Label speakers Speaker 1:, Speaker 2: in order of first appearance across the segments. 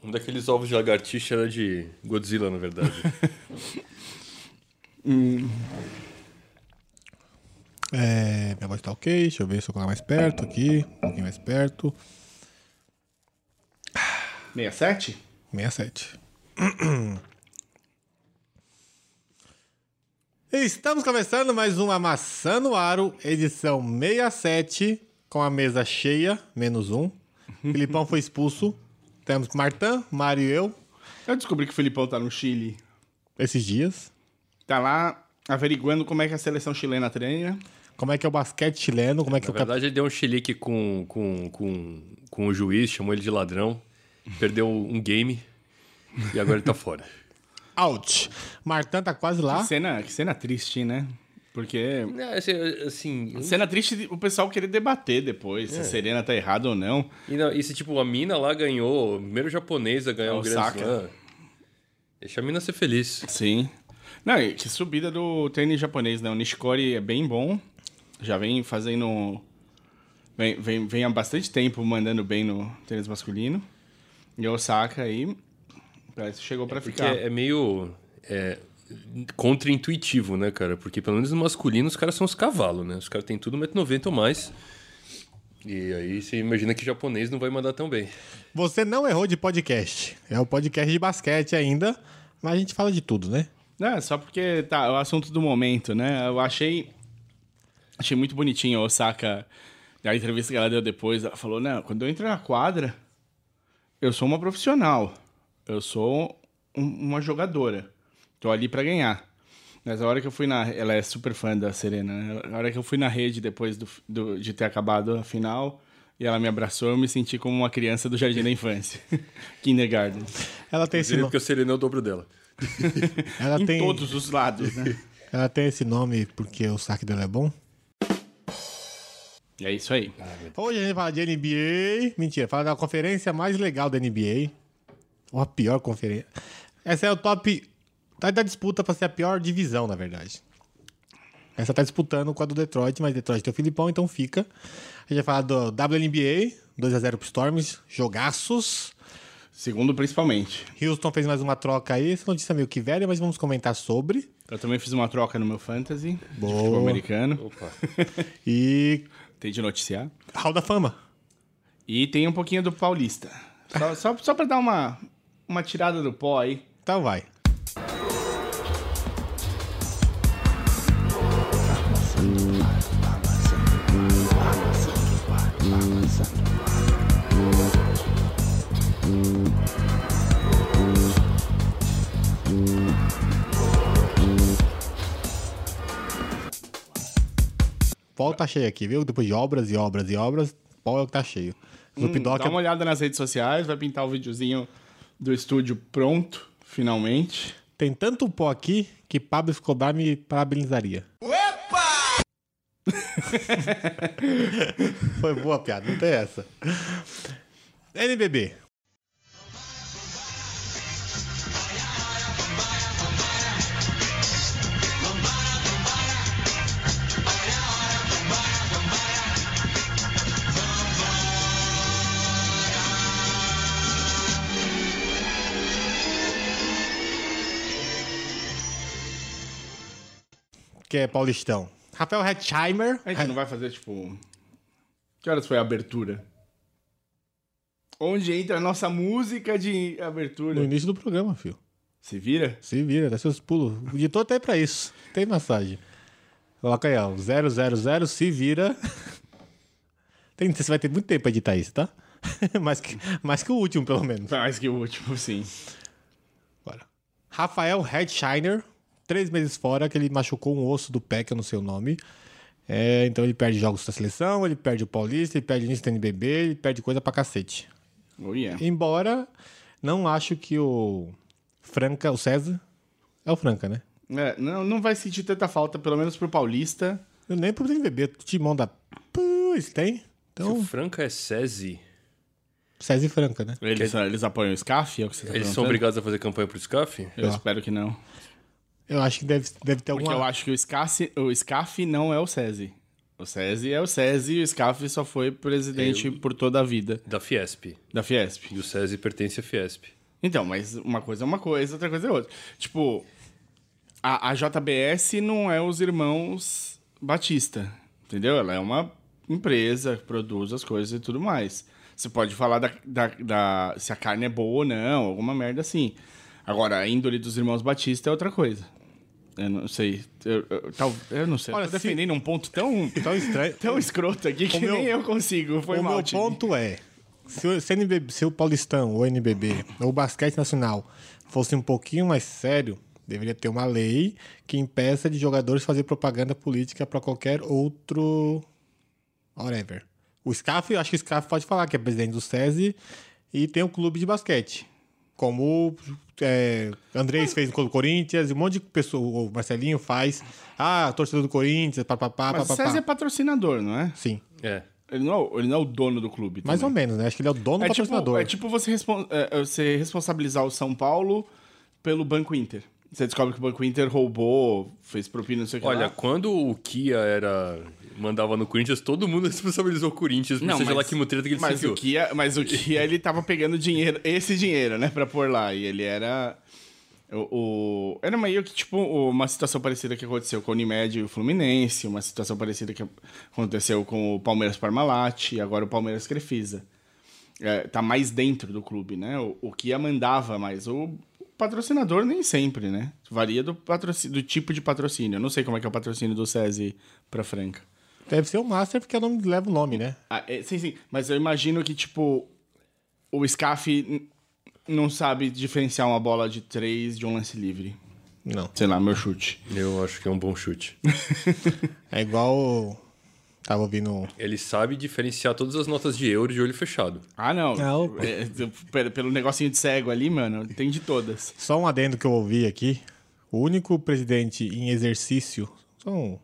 Speaker 1: Um daqueles ovos de lagartixa era de Godzilla, na verdade.
Speaker 2: É, minha voz tá ok, deixa eu ver se eu colocar mais perto aqui, um pouquinho mais perto.
Speaker 3: 67?
Speaker 2: 67. Estamos começando mais uma Maçã no Aro, edição 67, com a mesa cheia, menos um. Filipão foi expulso. Temos Martã, Mário e eu,
Speaker 3: Eu descobri que o Filipão tá no Chile.
Speaker 2: esses dias.
Speaker 3: Tá lá averiguando como é que a seleção chilena treina.
Speaker 2: Como é que é o basquete chileno, como é que é
Speaker 1: Na
Speaker 2: o cap...
Speaker 1: verdade, ele deu um chilique com, com, com, com o juiz, chamou ele de ladrão, perdeu um game e agora ele tá fora.
Speaker 2: Out! Martã tá quase
Speaker 3: Que
Speaker 2: lá.
Speaker 3: cena, que cena triste, né? Porque.
Speaker 1: É, assim, assim,
Speaker 3: Cena triste de o pessoal querer debater depois
Speaker 1: É.
Speaker 3: se a Serena tá errada ou não.
Speaker 1: E, não, e se, tipo, a mina lá ganhou, o primeiro japonês a ganhar um Grand
Speaker 3: Osaka.
Speaker 1: Slam. Deixa a mina ser feliz.
Speaker 3: Sim. Não, e que subida do tênis japonês, né? O Nishikori é bem bom. Já vem fazendo. Vem, vem, vem há bastante tempo mandando bem no tênis masculino. E a Osaka aí. Parece que chegou pra
Speaker 1: Porque
Speaker 3: ficar.
Speaker 1: é, é meio é, contra-intuitivo, né, cara? Porque pelo menos no masculino os caras são os cavalos, né? Os caras têm tudo 1,90m ou mais. E aí você imagina que japonês não vai mandar tão bem.
Speaker 2: Você não errou de podcast. É o podcast de basquete ainda, mas a gente fala de tudo, né?
Speaker 3: Não, é só porque tá, é o assunto do momento, né? Eu achei. Achei muito bonitinho a Osaka. A entrevista que ela deu depois, ela falou: Não, quando eu entro na quadra, eu sou uma profissional. Eu sou um- uma jogadora. Tô ali pra ganhar. Mas a hora que eu fui na. Ela é super fã da Serena, né? A hora que eu fui na rede depois do, do- de ter acabado a final e ela me abraçou, eu me senti como uma criança do jardim da infância kindergarten.
Speaker 2: Ela tem esse,
Speaker 1: Seria
Speaker 2: no-
Speaker 1: porque eu seria o dobro dela.
Speaker 2: ela
Speaker 3: em
Speaker 2: tem...
Speaker 3: todos os lados, né?
Speaker 2: Ela tem esse nome porque o saque dela é bom?
Speaker 3: E é isso aí.
Speaker 2: Hoje a gente fala de NBA. Mentira, fala da conferência mais legal da NBA. Ou a pior conferência. Essa é o top. Tá da disputa pra ser a pior divisão, na verdade. Essa tá disputando com a do Detroit, mas Detroit tem o Filipão, então fica. A gente vai falar do WNBA, 2x0 pro Storms, jogaços.
Speaker 3: Segundo, principalmente.
Speaker 2: Houston fez mais uma troca aí. Essa notícia é meio que velha, mas vamos comentar sobre.
Speaker 3: Eu também fiz uma troca no meu fantasy
Speaker 2: Boa.
Speaker 3: de futebol americano.
Speaker 1: Opa.
Speaker 2: E.
Speaker 3: Tem de noticiar.
Speaker 2: Hall da Fama.
Speaker 3: E tem um pouquinho do paulista. Só, só, só pra dar uma, uma tirada do pó aí.
Speaker 2: Então vai. Pau tá cheio aqui, viu? Depois de obras e obras e obras, pau é o que tá cheio. Snoop
Speaker 3: Hum,
Speaker 2: Dogg
Speaker 3: dá
Speaker 2: é-
Speaker 3: uma olhada nas redes sociais, vai pintar o videozinho do estúdio pronto, finalmente.
Speaker 2: Tem tanto pó aqui que Pablo Escobar me parabenizaria. Opa! Foi boa a piada, não tem essa. NBB. que é paulistão. Rafael Hetzheimer.
Speaker 3: A gente não vai fazer, tipo. Que horas foi a abertura? Onde entra a nossa música de
Speaker 2: No
Speaker 3: abertura?
Speaker 2: início do programa, filho.
Speaker 3: Se vira?
Speaker 2: Se vira, dá seus pulos. O editor tá aí pra isso. Tem massagem. Coloca aí, ó. um 000, se vira. Tem- você vai ter muito tempo pra editar isso, tá? mais, que, mais que o último, pelo menos.
Speaker 3: Tá Mais que o último, sim.
Speaker 2: Bora. Rafael Headshiner, três meses fora, que ele machucou um osso do pé, que eu não sei o nome. É, então ele perde jogos da seleção, ele perde o Paulista, ele perde o início do NBB, ele perde coisa pra cacete.
Speaker 3: Oh, yeah.
Speaker 2: Embora não acho que o Franca, o César, é o Franca, né?
Speaker 3: É, não, não vai sentir tanta falta, pelo menos pro paulista.
Speaker 2: Eu nem pro NBB, timão da... Putz, tem?
Speaker 1: Se o
Speaker 2: Então,
Speaker 1: Franca é SESI,
Speaker 2: César e Franca, né?
Speaker 3: Eles, eles apoiam o SCAF? É o que você tá
Speaker 1: eles são
Speaker 3: perguntando?
Speaker 1: obrigados a fazer campanha pro SCAF?
Speaker 3: Eu espero que não.
Speaker 2: Eu acho que deve, deve ter
Speaker 3: Porque
Speaker 2: alguma...
Speaker 3: eu acho que o SCAF, o SCAF não é o SESI. O SESI é o SESI e o SCAF só foi presidente por toda a vida
Speaker 1: Da Fiesp.
Speaker 3: da Fiesp.
Speaker 1: E o SESI pertence à Fiesp.
Speaker 3: Então, mas uma coisa é uma coisa, outra coisa é outra. Tipo, a, a JBS não é os irmãos Batista, entendeu? Ela é uma empresa que produz as coisas e tudo mais. Você pode falar da, da- da- se a carne é boa ou não, alguma merda assim. Agora, a índole dos irmãos Batista é outra coisa. Eu não sei. Eu, eu- tal, eu não sei.
Speaker 2: Olha,
Speaker 3: Olha, tô
Speaker 2: se-
Speaker 3: defendendo um ponto tão,
Speaker 2: Tão estranho.
Speaker 3: tão escroto aqui que
Speaker 2: O meu-
Speaker 3: nem eu consigo. Foi
Speaker 2: o
Speaker 3: mal, tipo.
Speaker 2: meu
Speaker 3: time.
Speaker 2: ponto é: se o, se, NBB, se o Paulistão, ou NBB, ou o basquete nacional fosse um pouquinho mais sério, deveria ter uma lei que impeça de jogadores fazer propaganda política para qualquer outro. whatever. O SCAF, eu acho que o SCAF pode falar que é presidente do SESI e tem um clube de basquete. Como é, Andrés fez no Clube do Corinthians, e um monte de pessoa, o Marcelinho faz. Ah, torcedor do Corinthians, papapá,
Speaker 3: Mas o César é
Speaker 2: papapá.
Speaker 3: patrocinador, não é?
Speaker 2: Sim,
Speaker 1: É.
Speaker 3: Ele não é, o- ele não é o dono do clube.
Speaker 2: mais ou
Speaker 3: também.
Speaker 2: menos, né? Acho que ele é o dono do
Speaker 3: É tipo,
Speaker 2: patrocinador.
Speaker 3: é tipo você, respon- é, é, você responsabilizar o São Paulo pelo Banco Inter. Você descobre que o Banco Inter roubou, fez propina, não sei o que
Speaker 1: Olha,
Speaker 3: lá.
Speaker 1: quando o Kia era. mandava no Corinthians, todo mundo responsabilizou o Corinthians, por
Speaker 3: Não,
Speaker 1: seja
Speaker 3: mas-
Speaker 1: lá que mutreta que ele
Speaker 3: Mas o
Speaker 1: seguiu.
Speaker 3: Kia, mas o Kia, ele tava pegando dinheiro, esse dinheiro, né, pra pôr lá. E ele era... O, o- era meio que, tipo, uma situação parecida que aconteceu com o Unimed e o Fluminense, uma situação parecida que aconteceu com o Palmeiras Parmalat e agora o Palmeiras Crefisa. é, tá mais dentro do clube, né? O, o que a mandava mais. O patrocinador nem sempre, né? Varia do, patrocínio, do tipo de patrocínio. Eu não sei como é que é o patrocínio do SESI pra Franca.
Speaker 2: Deve ser o Master, porque é o nome leva o nome, né?
Speaker 3: Ah, é, sim, sim. Mas eu imagino que, tipo, o SCAF n- não sabe diferenciar uma bola de três de um lance livre.
Speaker 2: Não.
Speaker 3: Sei lá, meu chute.
Speaker 1: Eu acho que é um bom chute.
Speaker 2: É igual. o- Tava ouvindo.
Speaker 1: Ele sabe diferenciar todas as notas de euro de olho fechado.
Speaker 3: Ah, não.
Speaker 2: Não.
Speaker 3: É, é, pelo- pelo negocinho de cego ali, mano, tem de todas.
Speaker 2: Só um adendo que eu ouvi aqui. O único presidente em exercício só um,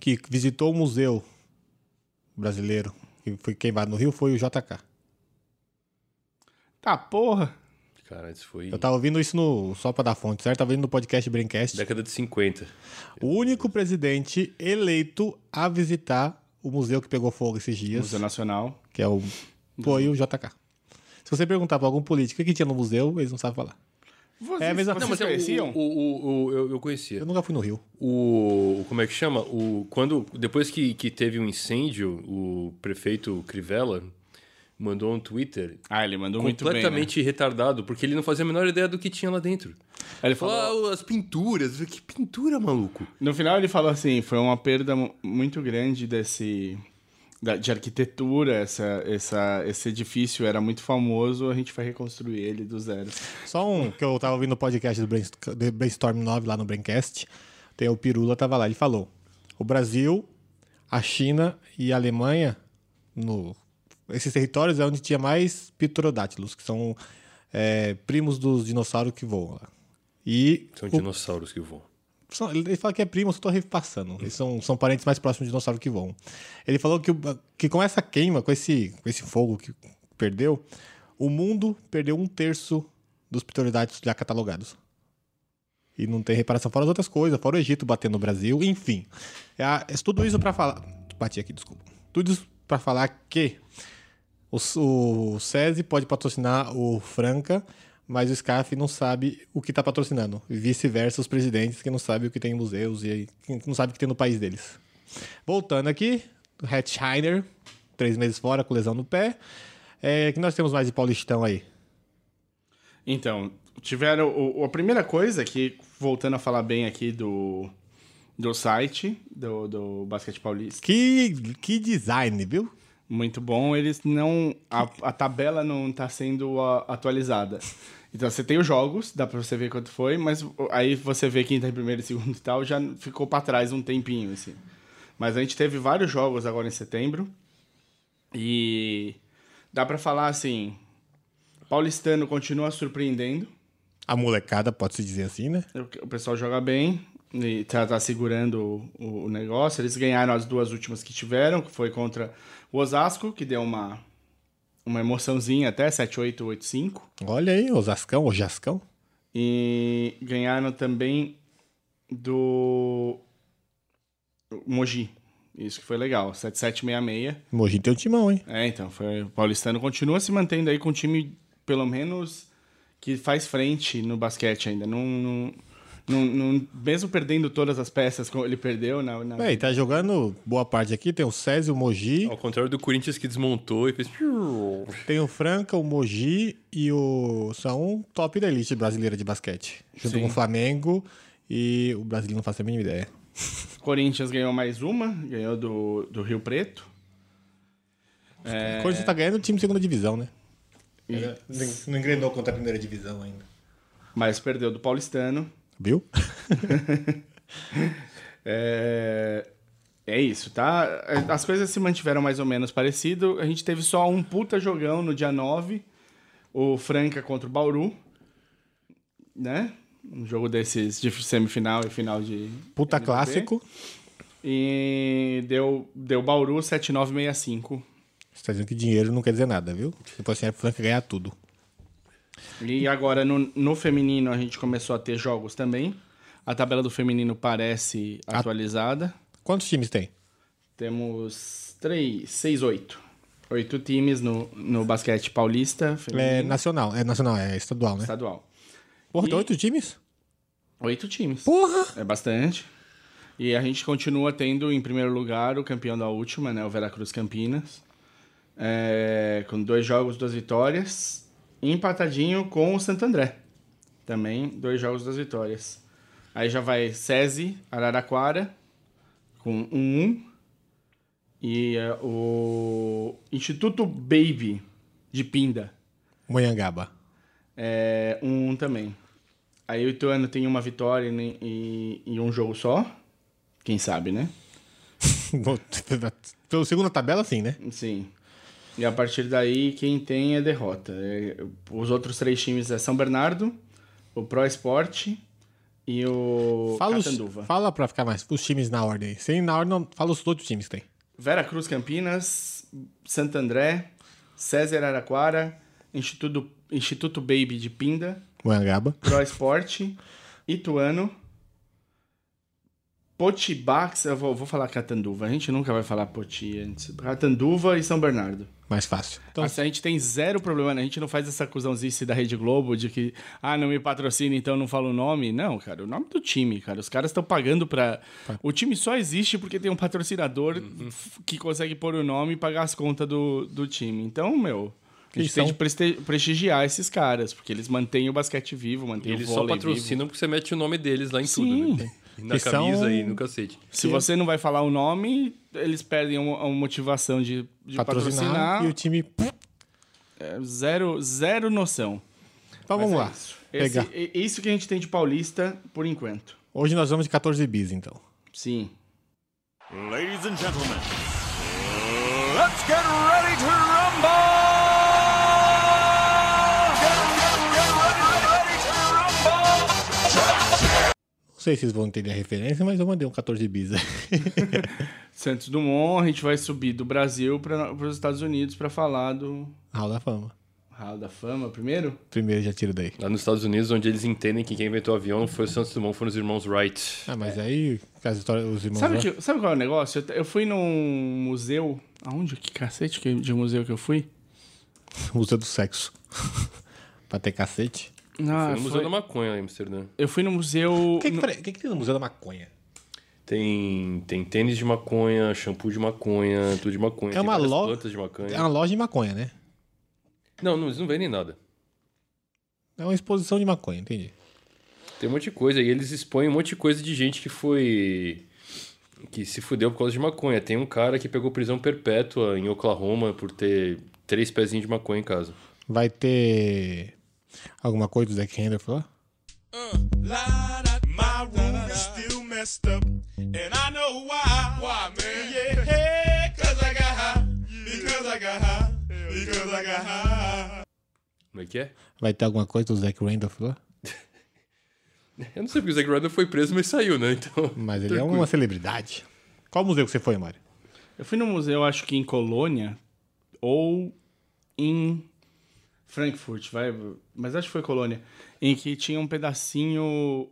Speaker 2: que visitou o museu brasileiro, que foi queimado no Rio, foi o JK.
Speaker 3: Tá, porra.
Speaker 1: Cara, isso foi
Speaker 2: Eu tava ouvindo isso no Só pra dar fonte, certo? Tava ouvindo no podcast Braincast.
Speaker 1: década de 50.
Speaker 2: O único presidente eleito a visitar o museu que pegou fogo esses dias.
Speaker 3: Museu Nacional.
Speaker 2: que é o foi o JK. Se você perguntar pra algum político o que tinha no museu, eles não sabem falar.
Speaker 3: Vocês,
Speaker 2: É a mesma-
Speaker 3: vocês
Speaker 2: Não, mas
Speaker 3: conheciam?
Speaker 1: O, o- o- eu, eu
Speaker 2: Eu
Speaker 1: conhecia.
Speaker 2: nunca fui no Rio.
Speaker 1: O, o- Como é que chama? O, quando, depois que, que teve um incêndio, o prefeito Crivella mandou um Twitter
Speaker 3: Ah, ele mandou muito bem. né?
Speaker 1: completamente retardado, porque ele não fazia a menor ideia do que tinha lá dentro.
Speaker 3: Ele
Speaker 1: Falou,
Speaker 3: falou,
Speaker 1: ah, as pinturas. Que pintura, maluco?
Speaker 3: no final ele falou assim, foi uma perda mu- muito grande desse da- de arquitetura, essa, essa, esse edifício era muito famoso, a gente vai reconstruir ele do zero.
Speaker 2: Só um que eu tava ouvindo o podcast do Brainst- do Brainstorm 9 lá no Braincast. Tem o Pirula, tava lá. Ele falou: o Brasil, a China e a Alemanha, no, esses territórios é onde tinha mais pterodátilos, que são é, primos dos dinossauros que voam lá. E
Speaker 1: São
Speaker 2: o-
Speaker 1: dinossauros que voam.
Speaker 2: São- Ele fala que é primo, eu só tô repassando. Eles são, são parentes mais próximos de dinossauro que voam. Ele falou que, o- que com essa queima, com esse, com esse fogo que perdeu, o mundo perdeu um terço dos pterodátilos já catalogados. E não tem reparação, fora as outras coisas, fora o Egito batendo no Brasil, enfim. É, a- é tudo isso pra falar. Bati aqui, desculpa. Tudo isso pra falar que o, S- o SESI pode patrocinar o Franca, mas o SCAF não sabe o que está patrocinando. E vice-versa, os presidentes que não sabem o que tem em museus e que não sabem o que tem no país deles. Voltando aqui, o Hetzheimer, três meses fora, com lesão no pé. É, que nós temos mais de Paulistão aí?
Speaker 3: Então, tiveram. o- o- a primeira coisa que, voltando a falar bem aqui do, do site do, do Basquete Paulista,
Speaker 2: Que, que design, viu?
Speaker 3: muito bom, eles não. A, a tabela não tá sendo a- atualizada. Então você tem os jogos, dá pra você ver quanto foi, mas o- aí você vê quem tá em primeiro e segundo e tal, já ficou pra trás um tempinho, assim. Mas a gente teve vários jogos agora em setembro. E dá pra falar assim. Paulistano continua surpreendendo.
Speaker 2: A molecada, pode-se dizer assim, né?
Speaker 3: O pessoal joga bem e tá, tá segurando o, o negócio. Eles ganharam as duas últimas que tiveram, que foi contra o Osasco, que deu uma, uma emoçãozinha até 7-8-8-5.
Speaker 2: Olha aí, Osascão, Osascão.
Speaker 3: E ganharam também do Mogi. Isso que foi legal. 7766.
Speaker 2: Mogi tem um timão, hein?
Speaker 3: É, então, foi, o Paulistano continua se mantendo aí com um time, pelo menos, que faz frente no basquete ainda. Não, não, não- não- mesmo perdendo todas as peças como ele perdeu na. na-
Speaker 2: É, e tá jogando boa parte aqui. Tem o Césio, o Mogi,
Speaker 1: Ao contrário do Corinthians que desmontou e fez.
Speaker 2: tem o Franca, o Mogi e o. São um top da elite brasileira de basquete. Junto
Speaker 3: Sim.
Speaker 2: com o Flamengo e o brasileiro não faz a mínima ideia.
Speaker 3: Corinthians ganhou mais uma, ganhou do, do Rio Preto.
Speaker 2: O Corinthians tá ganhando o time de segunda divisão, né?
Speaker 3: É. E-
Speaker 2: Não engrenou contra a primeira divisão ainda.
Speaker 3: mas perdeu do Paulistano.
Speaker 2: Viu?
Speaker 3: É, é isso, tá? As coisas se mantiveram mais ou menos parecido. A gente teve só um puta jogão no dia 9, o Franca contra o Bauru, né? Um jogo desses de semifinal e final de.
Speaker 2: Puta
Speaker 3: NBB.
Speaker 2: clássico.
Speaker 3: E deu, deu Bauru 7965.
Speaker 2: Você tá dizendo que dinheiro não quer dizer nada, viu? Depois assim, a Franca ganhar tudo.
Speaker 3: E agora no, no feminino a gente começou a ter jogos também. A tabela do feminino parece atualizada.
Speaker 2: Quantos times tem?
Speaker 3: Temos três, seis, oito. Oito times no, no basquete paulista,
Speaker 2: É
Speaker 3: feminino,
Speaker 2: nacional. É nacional, é estadual, né?
Speaker 3: estadual.
Speaker 2: Porra, tem
Speaker 3: Hum. E-
Speaker 2: oito times?
Speaker 3: Oito times.
Speaker 2: Porra!
Speaker 3: É bastante. E a gente continua tendo em primeiro lugar o campeão da última, né? O Veracruz Campinas. É, com dois jogos, duas vitórias. Empatadinho com o Santo André. Também dois jogos, duas vitórias. Aí já vai SESI, Araraquara, com 1-1. E é, o Instituto Baby, de Pinda.
Speaker 2: Moyangaba.
Speaker 3: É, um, um também. Aí o Ituano tem uma vitória e, nem- e- e um jogo só. Quem sabe, né?
Speaker 2: Pelo segundo tabela, sim, né?
Speaker 3: Sim. E a partir daí, quem tem é derrota. É, os outros três times é São Bernardo, o Pro Esporte e o
Speaker 2: Fala, os,
Speaker 3: Catanduva.
Speaker 2: fala pra ficar mais os times na ordem. aí. Sem na ordem, não, fala os outros times que tem.
Speaker 3: Vera Cruz Campinas, Santo André, César Araquara, Instituto, Instituto Baby de Pinda,
Speaker 2: Moyangaba.
Speaker 3: Pro Esporte, Ituano, Potibax, eu vou, vou falar Catanduva, a gente nunca vai falar Poti antes. Catanduva e São Bernardo.
Speaker 2: Mais fácil. Então,
Speaker 3: Assim, a gente tem zero problema, né? a gente não faz essa acusãozice da Rede Globo de que, ah, não me patrocina, então não falo o nome. Não, cara, o nome do time, cara. Os caras estão pagando pra.
Speaker 2: Tá.
Speaker 3: O time só existe porque tem um patrocinador
Speaker 2: Uhum.
Speaker 3: f- que consegue pôr o nome e pagar as contas do, do time. Então, meu. A gente
Speaker 2: Quem
Speaker 3: tem de
Speaker 2: são?
Speaker 3: preste- prestigiar esses caras, porque eles mantêm o basquete vivo, mantêm
Speaker 1: Eles
Speaker 3: o
Speaker 1: só
Speaker 3: vôlei vivo.
Speaker 1: patrocinam porque você mete o nome deles lá em
Speaker 3: Sim.
Speaker 1: tudo. Né? E Na
Speaker 2: Que
Speaker 1: camisa
Speaker 2: são-
Speaker 1: e no cacete.
Speaker 3: Se você não vai falar o nome, eles perdem a, mo- a motivação de, de patrocinar.
Speaker 2: patrocinar. E o time. Então
Speaker 3: É, zero, zero noção.
Speaker 2: então vamos
Speaker 3: Mas é
Speaker 2: lá.
Speaker 3: Isso. Esse-
Speaker 2: Pegar.
Speaker 3: é isso que a gente tem de paulista por enquanto.
Speaker 2: Hoje nós vamos de 14 bis, então.
Speaker 3: Sim.
Speaker 4: Ladies and gentlemen, let's get ready to rumble! Get, get, get ready, ready to rumble!
Speaker 2: Não sei se vocês vão entender a referência, mas eu mandei um 14 bis aí.
Speaker 3: Santos Dumont, a gente vai subir do Brasil para os Estados Unidos para falar do
Speaker 2: Hall da Fama.
Speaker 3: Hall da Fama primeiro.
Speaker 2: Primeiro já tiro daí.
Speaker 1: Lá nos Estados Unidos, onde eles entendem que quem inventou o avião não foi o Santos Dumont, foram os irmãos Wright.
Speaker 2: Ah, mas aí, caso história, os irmãos.
Speaker 3: É. Sabe,
Speaker 2: lá-
Speaker 3: que- sabe qual é o negócio? Eu, eu fui num museu. Aonde? Que cacete que- de museu que eu fui?
Speaker 2: Museu do sexo. pra ter cacete.
Speaker 1: foi
Speaker 3: Ah,
Speaker 1: no um Museu
Speaker 3: foi-
Speaker 1: da Maconha lá em Amsterdã.
Speaker 3: Eu fui no museu.
Speaker 2: O que, que, peraí, o que, que tem no Museu da Maconha?
Speaker 1: Tem, tem tênis de maconha, shampoo de maconha, tudo de maconha.
Speaker 2: É
Speaker 1: tem
Speaker 2: uma
Speaker 1: várias
Speaker 2: lo-
Speaker 1: plantas de maconha.
Speaker 2: É uma loja de maconha, né?
Speaker 1: Não, não, eles não vendem nada.
Speaker 2: É uma exposição de maconha, entendi.
Speaker 1: Tem um monte de coisa. E eles expõem um monte de coisa de gente que foi. que se fudeu por causa de maconha. Tem um cara que pegou prisão perpétua em Oklahoma por ter três pezinhos de maconha em casa.
Speaker 2: Vai ter alguma coisa do Zack Render falou?
Speaker 4: My room is still messed up, and I know why. Why, man? Yeah, cause I got high. Because I got high. Because I got high.
Speaker 1: Como é que é?
Speaker 2: Vai ter alguma coisa do Zack Randolph lá?
Speaker 1: Eu não sei porque o Zack Ryder foi preso, mas saiu, né? Então.
Speaker 2: Mas ele é uma celebridade. Qual museu que você foi, Mário?
Speaker 3: Eu fui num museu, acho que em Colônia ou em Frankfurt, vai, mas acho que foi Colônia, em que tinha um pedacinho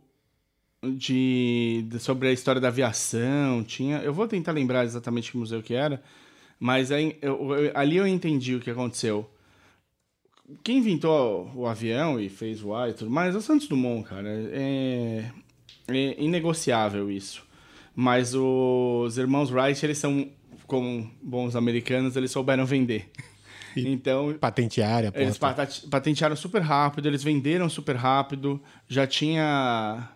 Speaker 3: de, de- sobre a história da aviação, tinha. Eu vou tentar lembrar exatamente que museu que era, mas aí eu- eu- ali eu entendi o que aconteceu. Quem inventou o avião e fez o ar e tudo mais é o Santos Dumont, cara. É, é inegociável isso. Mas os irmãos Wright, eles são, como bons americanos, eles souberam vender.
Speaker 2: E-
Speaker 3: Então,
Speaker 2: Patenteária, pô.
Speaker 3: eles patate- patentearam super rápido, eles venderam super rápido, já tinha.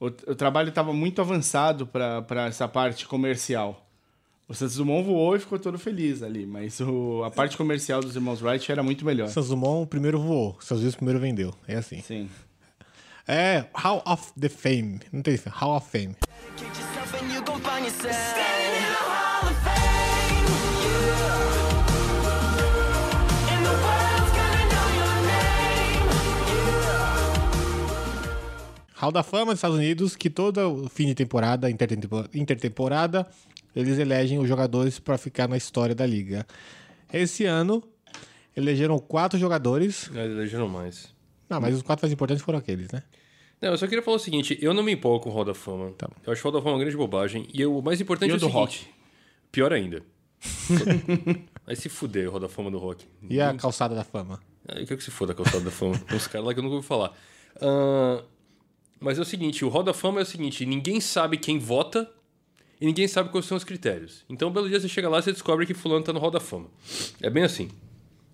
Speaker 3: O, o trabalho estava muito avançado para essa parte comercial. O Santos Dumont voou e ficou todo feliz ali, mas o- a parte comercial dos irmãos Wright era muito melhor.
Speaker 2: Santos Dumont primeiro voou, Santos Wilson primeiro vendeu. É assim.
Speaker 3: Sim.
Speaker 2: É, How of the Fame. Não tem isso, How of Fame.
Speaker 5: Kick yourself and you gon' find yourself.
Speaker 2: Hall da Fama dos Estados Unidos, que todo fim de temporada, intertempo- intertemporada, eles elegem os jogadores para ficar na história da liga. Esse ano, elegeram quatro jogadores.
Speaker 1: Não, elegeram mais.
Speaker 2: Não, mas os quatro mais importantes foram aqueles, né?
Speaker 1: Não, eu só queria falar o seguinte, eu não me empolgo com o Hall da Fama.
Speaker 2: Tá bom.
Speaker 1: Eu acho o Hall da Fama é uma grande bobagem. E eu- o mais importante
Speaker 3: E
Speaker 1: é
Speaker 3: o
Speaker 1: o
Speaker 3: do
Speaker 1: seguinte,
Speaker 3: rock?
Speaker 1: Pior ainda. Vai se fuder o Hall da Fama do rock.
Speaker 2: E a calçada da fama.
Speaker 1: Ah, Eu quero que se foda a calçada da fama. Tem uns caras lá que eu nunca ouvi falar. Ahn, mas é o seguinte, o Hall da Fama é o seguinte, ninguém sabe quem vota e ninguém sabe quais são os critérios. Então, um belo dia você chega lá e você descobre que fulano tá no Hall da Fama. É bem assim.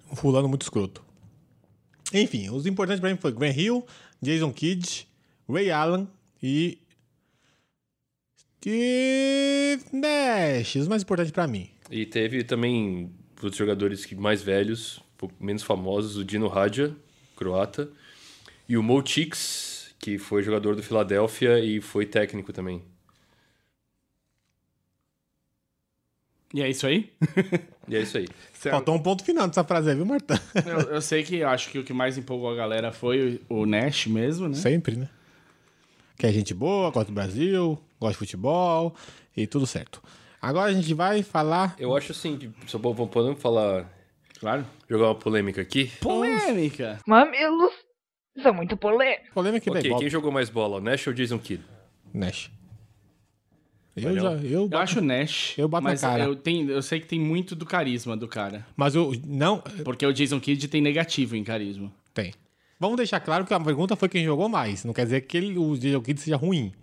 Speaker 2: Um fulano muito escroto. Enfim, os importantes pra mim foi Graham Hill, Jason Kidd, Ray Allen e... Steve Nash. Os mais importantes pra mim.
Speaker 1: E teve também outros jogadores que- mais velhos, um pouco menos famosos, o Dino Radja, croata, e o Mo Chicks, que foi jogador do Filadélfia e foi técnico também.
Speaker 3: E é isso aí?
Speaker 1: E é isso aí.
Speaker 2: Faltou um ponto final nessa frase aí, viu, Marta?
Speaker 3: Eu, eu sei que eu acho que o que mais empolgou a galera foi o, o Nash mesmo, né?
Speaker 2: Sempre, né? Que é gente boa, gosta do Brasil, gosta de futebol e tudo certo. Agora a gente vai falar.
Speaker 1: Eu acho assim, que, só po- podemos falar,
Speaker 3: Claro.
Speaker 1: jogar uma polêmica aqui?
Speaker 3: Polêmica.
Speaker 6: Mamilos são muito polêmicos.
Speaker 2: O problema é que daí
Speaker 1: Ok, quem
Speaker 2: volta.
Speaker 1: jogou mais bola, o Nash ou o Jason Kidd?
Speaker 2: Nash. Eu
Speaker 1: Valeu.
Speaker 2: já. Eu,
Speaker 3: Eu acho o Nash.
Speaker 2: Eu bato na
Speaker 3: mas
Speaker 2: cara.
Speaker 3: Eu, tenho, eu sei que tem muito do carisma do cara.
Speaker 2: Mas eu. Não.
Speaker 3: Porque o Jason Kidd tem negativo em carisma.
Speaker 2: Tem. Vamos deixar claro que a pergunta foi quem jogou mais. Não quer dizer que ele, o Jason Kidd seja ruim.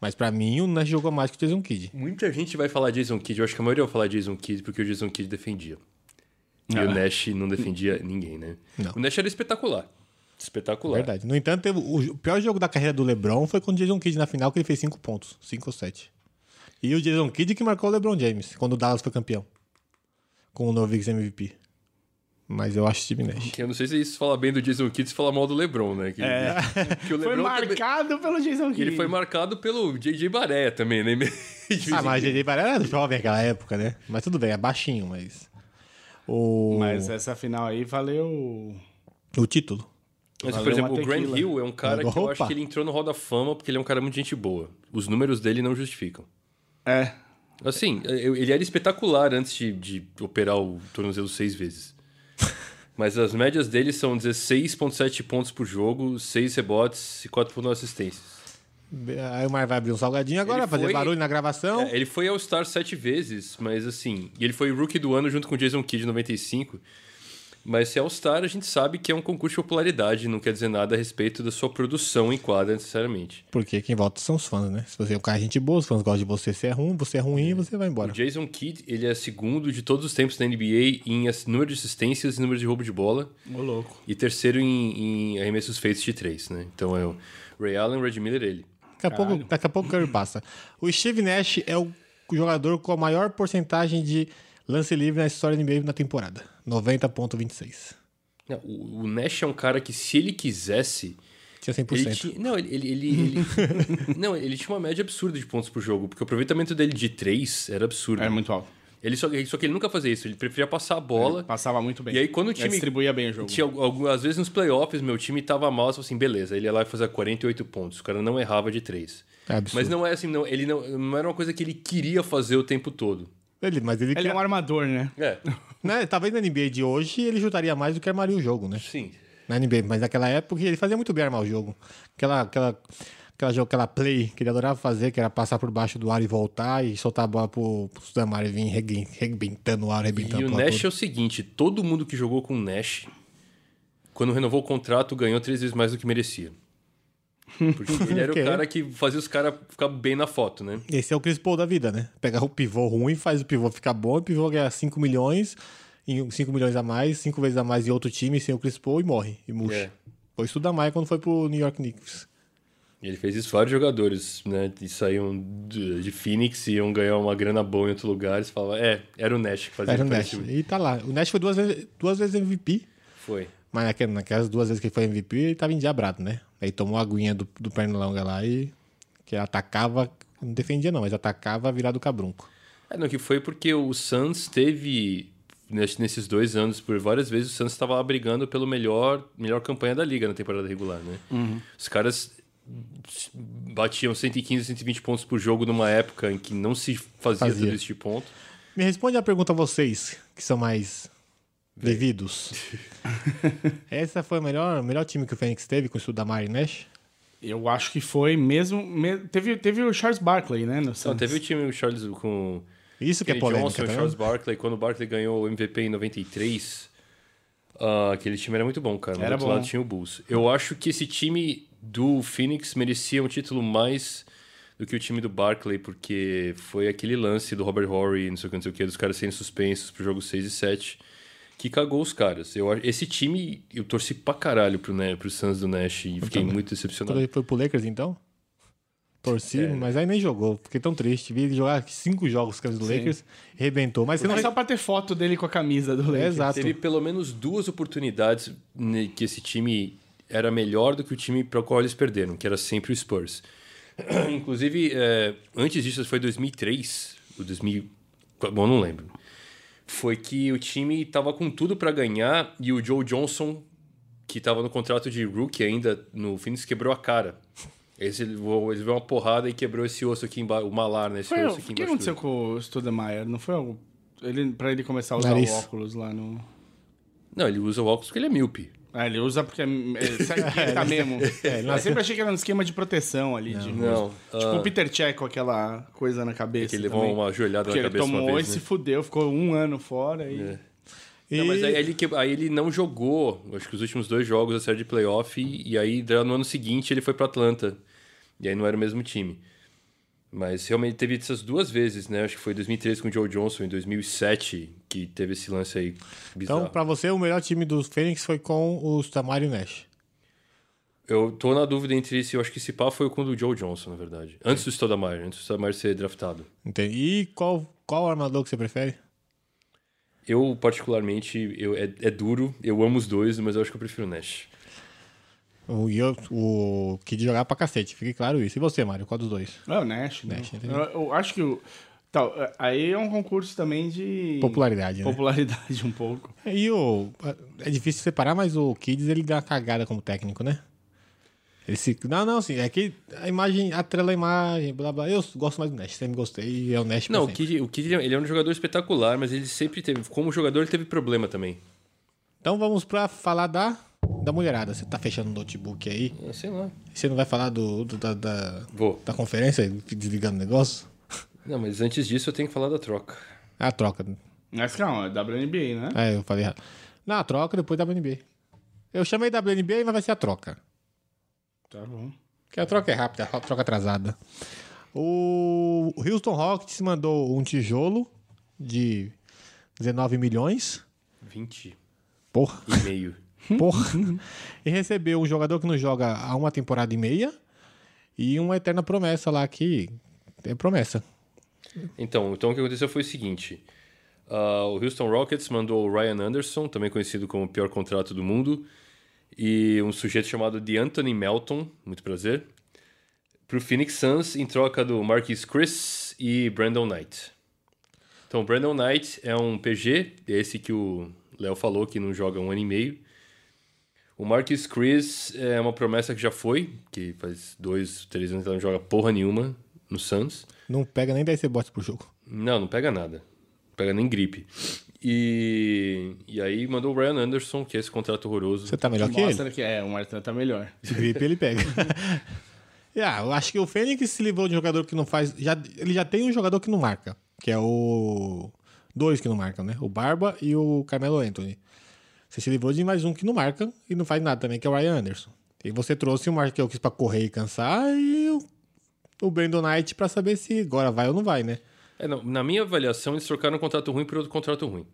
Speaker 2: Mas pra mim, o Nash jogou mais que o Jason Kidd.
Speaker 1: Muita gente vai falar Jason Kidd, eu acho que a maioria vai falar Jason Kidd porque o Jason Kidd defendia. E o Nash não defendia ninguém, né?
Speaker 2: Ah. Não.
Speaker 1: O Nash era espetacular. Espetacular.
Speaker 2: É Verdade. No entanto, teve- o, o pior jogo da carreira do LeBron foi com o Jason Kidd na final, que ele fez 5 pontos. 5 ou 7. E o Jason Kidd que marcou o LeBron James, quando o Dallas foi campeão. Com o Novix MVP. Mas eu acho Steve Nash.
Speaker 1: Que Eu não sei se isso fala bem do Jason Kidd se fala mal do LeBron, né? Que, é. que o
Speaker 3: Foi
Speaker 1: LeBron também-
Speaker 3: marcado pelo Jason Kidd.
Speaker 1: ele foi marcado pelo JJ Baré também, né?
Speaker 2: Ah, mas ele era jovem naquela época, né? Mas tudo bem, é baixinho, mas... O,
Speaker 3: Mas essa final aí valeu.
Speaker 2: o título.
Speaker 1: Mas, por
Speaker 3: Valeu
Speaker 1: exemplo,
Speaker 3: uma
Speaker 1: o Graham
Speaker 3: tequila.
Speaker 1: Hill é um cara que eu
Speaker 2: Opa.
Speaker 1: acho que ele entrou no Hall da Fama porque ele é um cara muito gente boa. Os números dele não justificam.
Speaker 3: É.
Speaker 1: Assim, eu- ele era espetacular antes de, de operar o tornozelo seis vezes. Mas as médias dele são 16,7 pontos por jogo, 6 rebotes e 4,9 assistências.
Speaker 2: Aí o Mar vai abrir um salgadinho agora,
Speaker 1: Ele
Speaker 2: fazer
Speaker 1: foi-
Speaker 2: barulho na gravação.
Speaker 1: É, ele foi All-Star sete vezes, mas assim. E ele foi rookie do ano junto com o Jason Kidd em 95. Mas se é All-Star, a gente sabe que é um concurso de popularidade, não quer dizer nada a respeito da sua produção em quadra, necessariamente.
Speaker 2: Porque quem vota são os fãs, né? Se você é um cara gente boa, os fãs gostam de você, você é ruim, você é ruim e você vai
Speaker 1: O
Speaker 2: embora.
Speaker 1: Jason Kidd, ele é segundo de todos os tempos na NBA em ass- número de assistências e número de roubo de bola.
Speaker 3: Ô, louco.
Speaker 1: E terceiro em, em arremessos feitos de três, né? Então é o Ray Allen, Red Miller, ele.
Speaker 2: Daqui a, pouco, daqui a pouco o Curry passa. O Steve Nash é o jogador com a maior porcentagem de lance livre na história da NBA na temporada. 90.26.
Speaker 1: Não, o, o Nash é um cara que, se ele quisesse.
Speaker 2: Tinha
Speaker 1: Ele
Speaker 2: 100%.
Speaker 1: tinha, não, ele, ele, ele, ele- não, ele tinha uma média absurda de pontos por jogo, porque o aproveitamento dele de três era absurdo.
Speaker 3: Era muito alto.
Speaker 1: Ele só, só que ele nunca fazia isso, ele preferia passar a bola.
Speaker 3: Passava muito bem.
Speaker 1: E aí, quando o
Speaker 3: Já
Speaker 1: time-
Speaker 3: distribuía bem o jogo.
Speaker 1: Tinha algumas vezes nos playoffs, meu time tava mal, eu falava assim, beleza, ele ia lá e fazia 48 pontos. O cara não errava de três.
Speaker 2: É absurdo.
Speaker 1: Mas não é assim, não, ele não, não era uma coisa que ele queria fazer o tempo todo.
Speaker 2: Ele, mas ele,
Speaker 3: Ele é um armador, né?
Speaker 1: É,
Speaker 2: né, talvez na NBA de hoje ele chutaria mais do que armaria o jogo, né?
Speaker 1: sim.
Speaker 2: Na NBA, mas naquela época ele fazia muito bem armar o jogo. Aquela, aquela, Aquela jogo, aquela play que ele adorava fazer, que era passar por baixo do ar e voltar e soltar a bola pro, pro Sudamar e vir reguen- rebentando o ar, rebentando
Speaker 1: E o
Speaker 2: bola
Speaker 1: Nash
Speaker 2: toda.
Speaker 1: é o seguinte: todo mundo que jogou com o Nash, quando renovou o contrato, ganhou três vezes mais do que merecia. Porque ele era
Speaker 2: Ok.
Speaker 1: o cara que fazia os caras ficar bem na foto, né?
Speaker 2: Esse é o Chris Paul da vida, né? Pega o pivô ruim, faz o pivô ficar bom, o pivô ganha 5 milhões, 5 milhões a mais, 5 vezes a mais em outro time sem o Chris Paul e morre, e murcha.
Speaker 1: É.
Speaker 2: Foi isso da Maia quando foi pro New York Knicks.
Speaker 1: E Ele fez isso vários jogadores, né? E saíam de de Phoenix e iam ganhar uma grana boa em outro lugar. E você falava, é, era o Nash que fazia
Speaker 2: Era o
Speaker 1: por
Speaker 2: Nash.
Speaker 1: esse-
Speaker 2: E tá lá. O Nash foi duas vezes, duas vezes MVP,
Speaker 1: Foi.
Speaker 2: mas naquela- naquelas duas vezes que ele foi MVP, ele tava endiabrado, né? Aí tomou a aguinha do, do Pernalonga lá e que atacava, não defendia não, mas atacava virado cabrunco.
Speaker 1: É, não, que foi porque o Suns teve, nes- nesses dois anos, por várias vezes, o Suns estava lá brigando pelo melhor, melhor campanha da liga na temporada regular, né? Os caras s- batiam 115, 120 pontos por jogo numa época em que não se fazia,
Speaker 2: Fazia.
Speaker 1: tudo isso de ponto.
Speaker 2: Me responde a pergunta a vocês, que são mais devidos. Essa foi o melhor, o melhor time que o Fênix teve com o estudo da Mari Nash?
Speaker 3: Eu acho que foi mesmo. me- teve, teve o Charles Barkley, né? No
Speaker 1: Então,
Speaker 3: Suns.
Speaker 1: teve o time o Charles com
Speaker 2: Isso que é
Speaker 1: Kenny
Speaker 2: polêmica,
Speaker 1: Johnson,
Speaker 2: tá
Speaker 1: Charles
Speaker 2: vendo?
Speaker 1: Barkley. Quando o Barkley ganhou o MVP em 93, ah, aquele time era muito bom, cara. Do
Speaker 3: Era
Speaker 1: outro
Speaker 3: bom.
Speaker 1: lado tinha o Bulls. Eu acho que esse time do Phoenix merecia um título mais do que o time do Barkley, porque foi aquele lance do Robert Horry, não sei o que, não sei o que, dos caras serem suspensos pro jogo 6 e 7, que cagou os caras. Eu, acho- esse time, eu torci pra caralho pro, né, pro Suns do Nash e fiquei muito
Speaker 2: Quando
Speaker 1: decepcionado.
Speaker 2: ele foi pro Lakers, então? Torci,
Speaker 1: É.
Speaker 2: mas aí nem jogou. Fiquei tão triste. Vi ele jogar cinco jogos com a camisa do Lakers, rebentou. Mas você não
Speaker 3: Mas só pra ter foto dele com a camisa do Lakers.
Speaker 2: Exato.
Speaker 1: Teve pelo menos duas oportunidades né, que esse time era melhor do que o time para o qual eles perderam, que era sempre o Spurs. Inclusive, é, antes disso, foi 2003, o 2000, bom, não lembro. Foi que o time tava com tudo para ganhar e o Joe Johnson, que tava no contrato de rookie ainda no Phoenix, quebrou a cara. Esse, ele levou uma porrada e quebrou esse osso aqui embaixo, o malar, né? Esse
Speaker 3: Foi-
Speaker 1: osso
Speaker 3: o
Speaker 1: aqui
Speaker 3: que
Speaker 1: embaixo.
Speaker 3: aconteceu com o Stoudemire? Não foi algo. Ele, pra ele começar a usar
Speaker 2: Nariz.
Speaker 3: o óculos lá no.
Speaker 1: do- Não, ele usa o óculos porque ele é míope.
Speaker 3: Ah, ele usa porque é, é, sabe que ele tá mesmo. Eu sempre achei que era um esquema de proteção ali. de-
Speaker 1: Não,
Speaker 3: Tipo
Speaker 1: ah.
Speaker 3: o Peter Checo, aquela coisa na cabeça.
Speaker 1: Que ele levou
Speaker 3: também.
Speaker 1: uma joelhada
Speaker 3: Porque
Speaker 1: na
Speaker 3: ele
Speaker 1: cabeça uma
Speaker 3: tomou
Speaker 1: vez,
Speaker 3: e
Speaker 1: né? É.
Speaker 3: se fudeu, ficou um ano fora e.
Speaker 2: E...
Speaker 1: Não, mas aí ele, que- aí ele não jogou, acho que os últimos dois jogos da série de playoff, e, e aí já no ano seguinte ele foi para Atlanta. E aí não era o mesmo time. Mas realmente teve essas duas vezes, né? Acho que foi em 2013 com o Joe Johnson, em 2007 que teve esse lance aí bizarro.
Speaker 2: Então, pra você, o melhor time do Fênix foi com o Stamari Nash.
Speaker 1: Eu tô na dúvida entre se eu acho que esse pá foi com o do Joe Johnson, na verdade. Antes do Stoudemire, antes do Stoudemire ser draftado.
Speaker 2: Entende? E qual, qual armador que você prefere?
Speaker 1: Eu, particularmente, eu, é, é duro, eu amo os dois, mas eu acho que eu prefiro o Nash.
Speaker 2: O, Yo- o Kid jogava pra cacete, fique claro isso. E você, Mário, qual dos dois?
Speaker 3: Não, o Nash, né?
Speaker 2: Nash,
Speaker 3: eu,
Speaker 2: entendi.
Speaker 3: eu acho que o. Tal, aí é um concurso também de.
Speaker 2: Popularidade, né?
Speaker 3: Popularidade um pouco.
Speaker 2: E o. É difícil separar, mas o Kids ele dá uma cagada como técnico, né? Ele se. Não, não, assim, é que a imagem atrela a imagem, blá blá. Eu gosto mais do Nash, sempre gostei, e é o Nash pra
Speaker 1: Não, o
Speaker 2: sempre.
Speaker 1: Kid, o Kid ele é um jogador espetacular, mas ele sempre teve. Como jogador, ele teve problema também.
Speaker 2: Então vamos pra falar da. Da mulherada. Você tá fechando o notebook aí?
Speaker 1: Ah, Sei lá.
Speaker 2: Você não vai falar do, do- da, da,
Speaker 1: Vou.
Speaker 2: da conferência, desligando o negócio?
Speaker 1: Não, mas antes disso eu tenho que falar da troca.
Speaker 2: Ah, troca.
Speaker 3: Mas calma, é WNBA, né?
Speaker 2: Ah, eu falei errado. Não, a troca depois da WNBA. Eu chamei WNBA, mas vai ser a troca.
Speaker 3: Tá bom.
Speaker 2: Porque a troca é rápida, a troca atrasada. O Houston Rockets mandou um tijolo de 19 milhões.
Speaker 1: 20
Speaker 2: Porra,
Speaker 1: e meio.
Speaker 2: porra. e recebeu um jogador que não joga há uma temporada e meia e uma eterna promessa lá que é promessa.
Speaker 1: Então, então o que aconteceu foi o seguinte: Ah, o Houston Rockets mandou o Ryan Anderson, também conhecido como o pior contrato do mundo, e um sujeito chamado de Anthony Melton, muito prazer, pro Phoenix Suns em troca do Marquis Chris e Brandon Knight. Então, o Brandon Knight é um PG, esse que o Léo falou que não joga há um ano e meio. O Marquis Chris é uma promessa que já foi, que faz dois, três anos que ele não joga porra nenhuma no Suns.
Speaker 2: Não pega nem 10 rebotes pro jogo.
Speaker 1: Não, não pega nada. Não pega nem gripe. E, e aí mandou o Ryan Anderson, que é esse contrato horroroso.
Speaker 3: um
Speaker 2: Você tá melhor que ele?
Speaker 3: Mostra que é, o Martin tá melhor.
Speaker 2: Se gripe ele pega. Yeah, eu acho que o Fênix se livrou de um jogador que não faz. Já, ele já tem um jogador que não marca, que é o. Dois que não marcam, né? O Barba e o Carmelo Anthony. Você se livrou de mais um que não marca e não faz nada também, que é o Ryan Anderson. E você trouxe o Markel Kiss pra correr e cansar e o, o Brandon Knight pra saber se agora vai ou não vai, né?
Speaker 1: É, não, na minha avaliação, eles trocaram um contrato ruim por outro contrato ruim.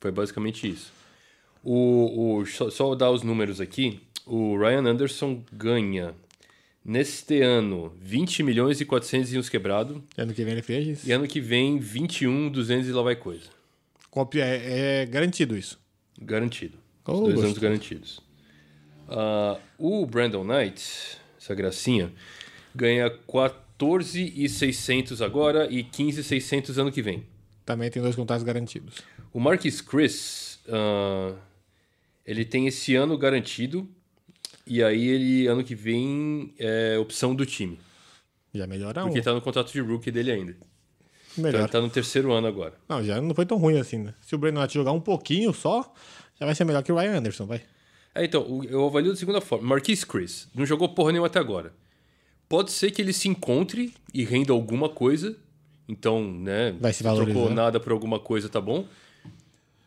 Speaker 1: Foi basicamente isso. O, o- só, só dar os números aqui. O Ryan Anderson ganha, neste ano, 20 milhões e 400 e uns quebrado.
Speaker 2: Ano que vem ele fez isso.
Speaker 1: E ano que vem, 21, 200 e lá vai coisa.
Speaker 2: Copy- É, é garantido isso.
Speaker 1: Garantido.
Speaker 2: Oh,
Speaker 1: Os dois
Speaker 2: gostoso.
Speaker 1: anos garantidos. Ah, o Brandon Knight, essa gracinha, ganha 14,600 agora e 15,600 ano que vem.
Speaker 2: Também tem dois contratos garantidos.
Speaker 1: O Marcus Chris, ah, ele tem esse ano garantido e aí ele, ano que vem, é opção do time.
Speaker 2: Já melhora um.
Speaker 1: Porque ele tá no contrato de rookie dele ainda. Então
Speaker 2: Melhor.
Speaker 1: ele tá no terceiro ano agora.
Speaker 2: Não, já não foi tão ruim assim, né? Se o Brandon Knight jogar um pouquinho só, já vai ser melhor que o Ryan Anderson, vai.
Speaker 1: É, então, o- eu avalio da segunda forma. Marquis Chris não jogou porra nenhuma até agora. Pode ser que ele se encontre e renda alguma coisa. Então, né?
Speaker 2: Vai se
Speaker 1: não Trocou
Speaker 2: valorizar.
Speaker 1: nada por alguma coisa, tá bom.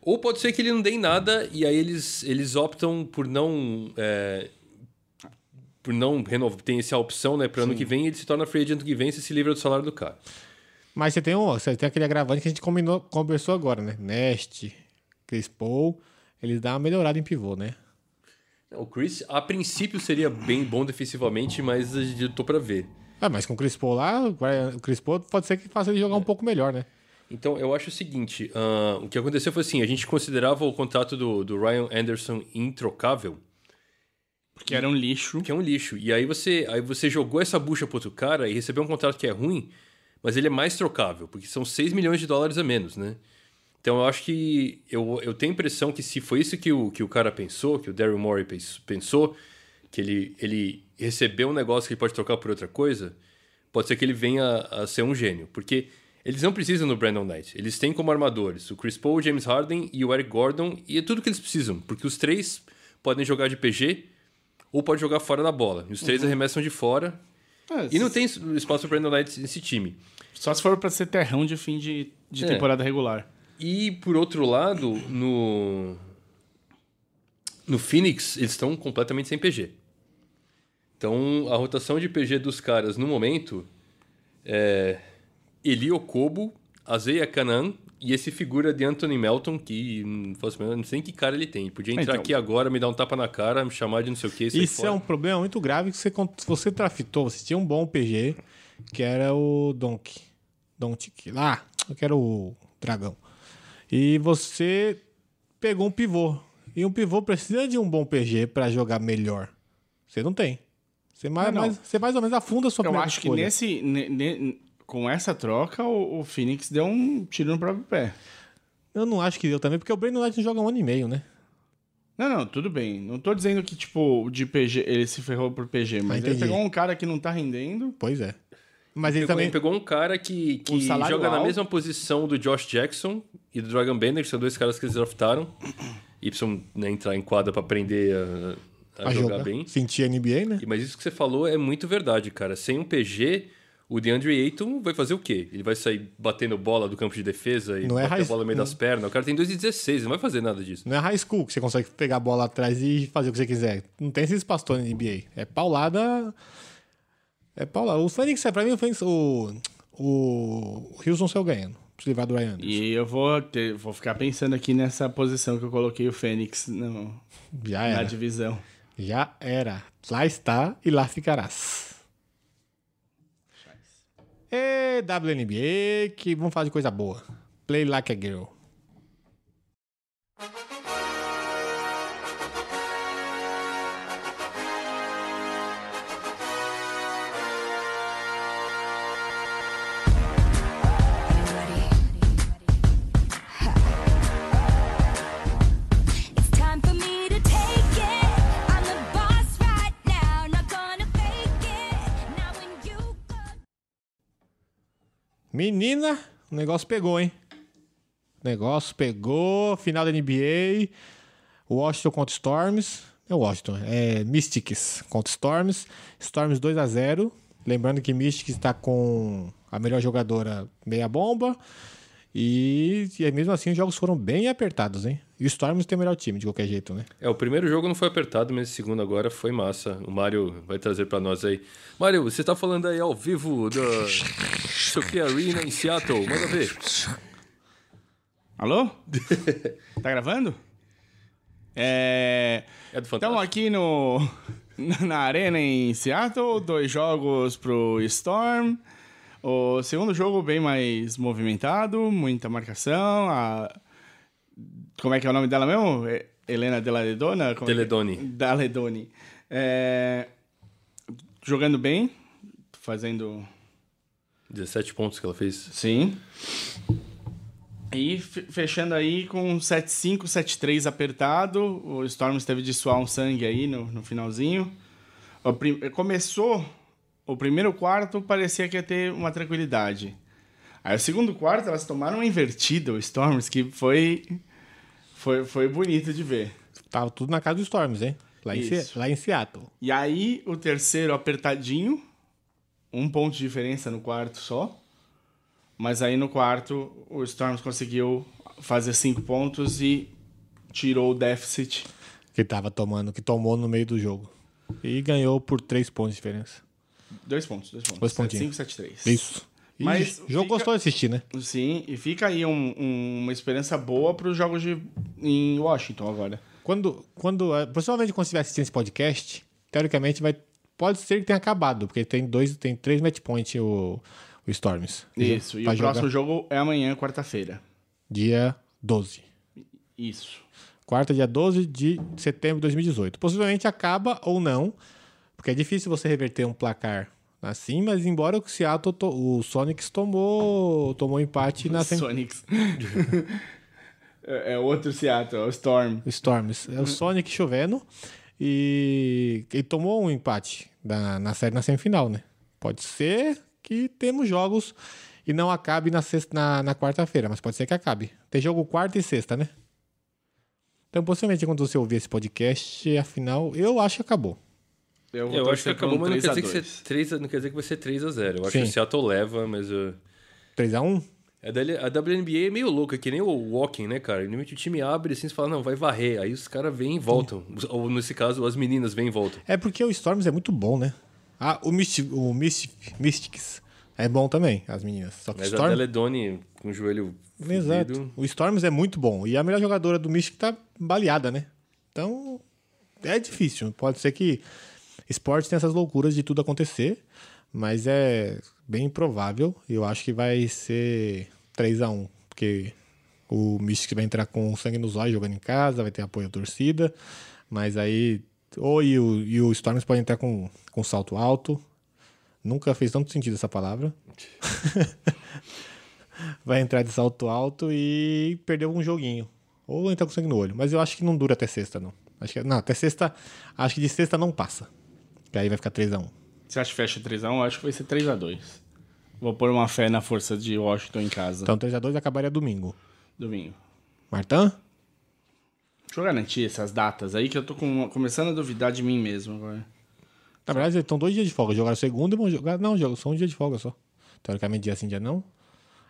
Speaker 1: Ou pode ser que ele não dê em nada e aí eles, eles optam por não. é, por não renovar. Tem essa opção, né? Pra ano que vem ele se torna free agent ano que vem e você se livra do salário do cara.
Speaker 2: Mas você tem, um, você tem aquele agravante que a gente combinou, conversou agora, né? Nest, Chris Paul, eles dão uma melhorada em pivô, né?
Speaker 1: O Chris, a princípio, seria bem bom defensivamente, mas eu tô pra ver.
Speaker 2: Ah, mas com o Chris Paul lá, o Ryan- o Chris Paul pode ser que faça ele jogar um pouco melhor, né?
Speaker 1: Então, eu acho o seguinte: ah, o que aconteceu foi assim, a gente considerava o contrato do, do Ryan Anderson introcável,
Speaker 3: Porque era um lixo.
Speaker 1: que é um lixo. E aí você, aí você jogou essa bucha pro outro cara e recebeu um contrato que é ruim, mas ele é mais trocável, porque são 6 milhões de dólares a menos, né? Então, eu acho que. Eu, eu tenho a impressão que se foi isso que o, que o cara pensou, que o Daryl Morey pens- pensou, que ele, ele recebeu um negócio que ele pode trocar por outra coisa, pode ser que ele venha a ser um gênio. Porque eles não precisam do Brandon Knight. Eles têm como armadores o Chris Paul, o James Harden e o Eric Gordon, e é tudo que eles precisam, porque os três podem jogar de PG ou podem jogar fora da bola. E os três
Speaker 2: Uhum.
Speaker 1: arremessam de fora.
Speaker 3: É,
Speaker 1: E não tem es- espaço para Brandon Knight nesse time.
Speaker 3: Só se for pra ser terrão de fim de, de
Speaker 1: É.
Speaker 3: temporada regular.
Speaker 1: E por outro lado, no no Phoenix, eles estão completamente sem PG. Então, a rotação de PG dos caras no momento é Eli Okobo, Azeia Canan e esse figura de Anthony Melton, que não faço a menor- não sei nem que cara ele tem. Ele podia entrar
Speaker 3: Então.
Speaker 1: aqui agora, me dar um tapa na cara, me chamar de não sei o que.
Speaker 2: Ah, Isso é um problema muito grave que você, con- você trafitou. Você tinha um bom PG, que era o Donk. Donk lá, eu quero o Dragão. E você pegou um pivô. E um pivô precisa de um bom PG pra jogar melhor. Você não tem. Você mais,
Speaker 3: Ah, Não, não.
Speaker 2: mais- você mais ou menos afunda a sua
Speaker 3: Eu
Speaker 2: primeira
Speaker 3: acho que
Speaker 2: escolha.
Speaker 3: nesse, ne- ne- com essa troca, o, o Phoenix deu um tiro no próprio pé.
Speaker 2: Eu não acho que deu também, porque o Brandon Knight não joga um ano e meio, né?
Speaker 3: Não, não, tudo bem. Não tô dizendo que, tipo, de PG, ele se ferrou por PG, mas ele
Speaker 2: entendi.
Speaker 3: pegou um cara que não tá rendendo.
Speaker 2: Pois é. Mas ele
Speaker 1: Pegou,
Speaker 2: também.
Speaker 1: pegou um cara que, que
Speaker 3: Um salário
Speaker 1: joga na
Speaker 3: alto.
Speaker 1: mesma posição do Josh Jackson e do Dragon Bender, que são dois caras que eles draftaram. E precisam né, entrar em quadra pra aprender a, a
Speaker 2: a
Speaker 1: jogar, bem.
Speaker 2: Sentia NBA, né?
Speaker 1: E- Mas isso que você falou é muito verdade, cara. Sem um PG, o DeAndre Ayton vai fazer o quê? Ele vai sair batendo bola do campo de defesa e
Speaker 2: Não é
Speaker 1: bater a
Speaker 2: raiz-
Speaker 1: bola no meio das pernas. O cara tem 2,16, não vai fazer nada disso.
Speaker 2: Não é high school que você consegue pegar a bola atrás e fazer o que você quiser. Não tem esses pastores na NBA. É paulada. É paulada. O Phoenix, é, pra mim, o Phoenix. O, o Houston saiu ganhando. Pra se livrar do Ryan. Anderson.
Speaker 3: E eu vou, ter- vou ficar pensando aqui nessa posição que eu coloquei o Fênix no-
Speaker 2: Já
Speaker 3: na
Speaker 2: era.
Speaker 3: divisão.
Speaker 2: Já era. Lá está e lá ficarás. E WNBA, que vamos falar de coisa boa. Play like a girl.
Speaker 7: It's time for me to take it. I'm the boss right now, not gonna fake it. Now when you go
Speaker 2: Menina, o negócio pegou, hein? O negócio pegou. Final da NBA. Washington contra Storms. É Washington. É Mystics contra Storms. Storms 2x0. Lembrando que Mystic está com a melhor jogadora meia bomba. E, e mesmo assim os jogos foram bem apertados, hein? E o Storms tem o melhor time, de qualquer jeito, né?
Speaker 1: É, o primeiro jogo não foi apertado, mas o segundo agora foi massa. O Mário vai trazer pra nós aí. Mário, você tá falando aí ao vivo da Sophia Arena em Seattle. Manda ver.
Speaker 3: Alô? tá gravando? É.
Speaker 1: É do
Speaker 2: Tá
Speaker 3: Estamos
Speaker 1: Fantástico.
Speaker 3: aqui no, na Arena em Seattle, dois jogos pro Storm. O segundo jogo bem mais movimentado, muita marcação. A, como é que é o nome dela mesmo? E- Helena Deladona? Como é que-
Speaker 1: Deledoni.
Speaker 3: Daledoni. É, jogando bem, fazendo
Speaker 1: 17 pontos que ela fez.
Speaker 3: Sim. E fe- fechando aí com um 7-5, 7-3 apertado. O Storms teve de suar um sangue aí no, no finalzinho. O prim- Começou o primeiro quarto, parecia que ia ter uma tranquilidade. Aí o segundo quarto, elas tomaram uma invertida, o Storms, que foi, foi, foi bonito de ver.
Speaker 2: Tava tudo na casa do Storms, hein? Lá em, Se-
Speaker 3: Isso.
Speaker 2: lá em Seattle.
Speaker 3: E aí, o terceiro apertadinho, um ponto de diferença no quarto só. Mas aí no quarto, o Storms conseguiu fazer cinco pontos e tirou o déficit.
Speaker 2: Que tava tomando, que tomou no meio do jogo. E ganhou por três pontos de diferença.
Speaker 3: Dois pontos, dois pontos.
Speaker 2: Dois pontinhos.
Speaker 3: 5, 7, 3.
Speaker 2: É Isso. E
Speaker 3: Mas
Speaker 2: Mas jogo
Speaker 3: fica-
Speaker 2: gostou de assistir, né?
Speaker 3: Sim, e fica aí um- um- uma esperança boa para os jogos de, em Washington agora.
Speaker 2: Quando, quando, eh, principalmente quando estiver assistindo esse podcast, teoricamente vai, pode ser que tenha acabado, porque tem dois, tem três match points o, o Storms.
Speaker 3: Isso, e
Speaker 2: Vai
Speaker 3: o
Speaker 2: jogar
Speaker 3: próximo jogo é amanhã, quarta-feira.
Speaker 2: Dia 12.
Speaker 3: Isso.
Speaker 2: Quarta, dia 12 de setembro de 2018. Possivelmente acaba ou não, porque é difícil você reverter um placar assim, mas embora o Seattle, to- o Sonics tomou, tomou empate na sem-
Speaker 3: Sonics. é, é outro Seattle, é o Storm.
Speaker 2: O Storms.
Speaker 1: Hum.
Speaker 2: É o Sonic chovendo. E ele tomou um empate na, na série na semifinal, né? Pode ser que temos jogos e não acabe na, sexta- na, na quarta-feira, mas pode ser que acabe. Tem jogo quarta e sexta, né? Então, possivelmente, quando você ouvir esse podcast, afinal, eu acho que acabou.
Speaker 3: Eu, vou
Speaker 1: Eu acho que
Speaker 3: torcer pra um
Speaker 1: acabou, mas não quer,
Speaker 3: 3 a
Speaker 1: dizer que vai
Speaker 3: 2.
Speaker 1: ser 3 a- não quer dizer que vai ser 3 a 0 Eu acho
Speaker 2: Sim.
Speaker 1: que o Seattle leva, mas... uh,
Speaker 2: 3x1?
Speaker 1: A DL a WNBA é meio louca, que nem o Walking, né, cara? Normalmente o time abre assim, você fala, não, vai varrer. Aí os caras vêm e voltam. Os- Ou nesse caso, as meninas vêm e voltam.
Speaker 2: É porque o Storms é muito bom, né? Ah, o, Myst o Myst Mystics é bom também, as meninas. Só que o
Speaker 1: Mas a
Speaker 2: Storm...
Speaker 1: Deledoni, com o joelho
Speaker 2: Exato.
Speaker 1: fudido,
Speaker 2: O Storms é muito bom. E a melhor jogadora do Mystic tá baleada, né? Então, é difícil. Pode ser que esporte tem essas loucuras de tudo acontecer, mas é bem improvável. Eu acho que vai ser 3 a 1 porque o Mystic vai entrar com sangue nos olhos jogando em casa, vai ter apoio da torcida, mas aí... Ou e o, e o Storms pode entrar com, com salto alto. Nunca fez tanto sentido essa palavra vai entrar de salto alto e perder um joguinho. Ou entrar com sangue no olho. Mas eu acho que não dura até sexta, não. Acho que, não, até sexta. Acho que de sexta não passa. Que aí vai ficar 3x1.
Speaker 3: Você acha que fecha 3x1? Eu acho que vai ser 3x2. Vou pôr uma fé na força de Washington em casa.
Speaker 2: Então 3x2 acabaria domingo.
Speaker 3: Domingo.
Speaker 2: Martã?
Speaker 3: Deixa eu garantir essas datas aí que eu tô com- começando a duvidar de mim mesmo agora.
Speaker 2: Na verdade, eles estão dois dias de folga. Jogaram segunda e vão jogar. Não, jogam só um dia de folga só. Teoricamente, dia sim, dia não.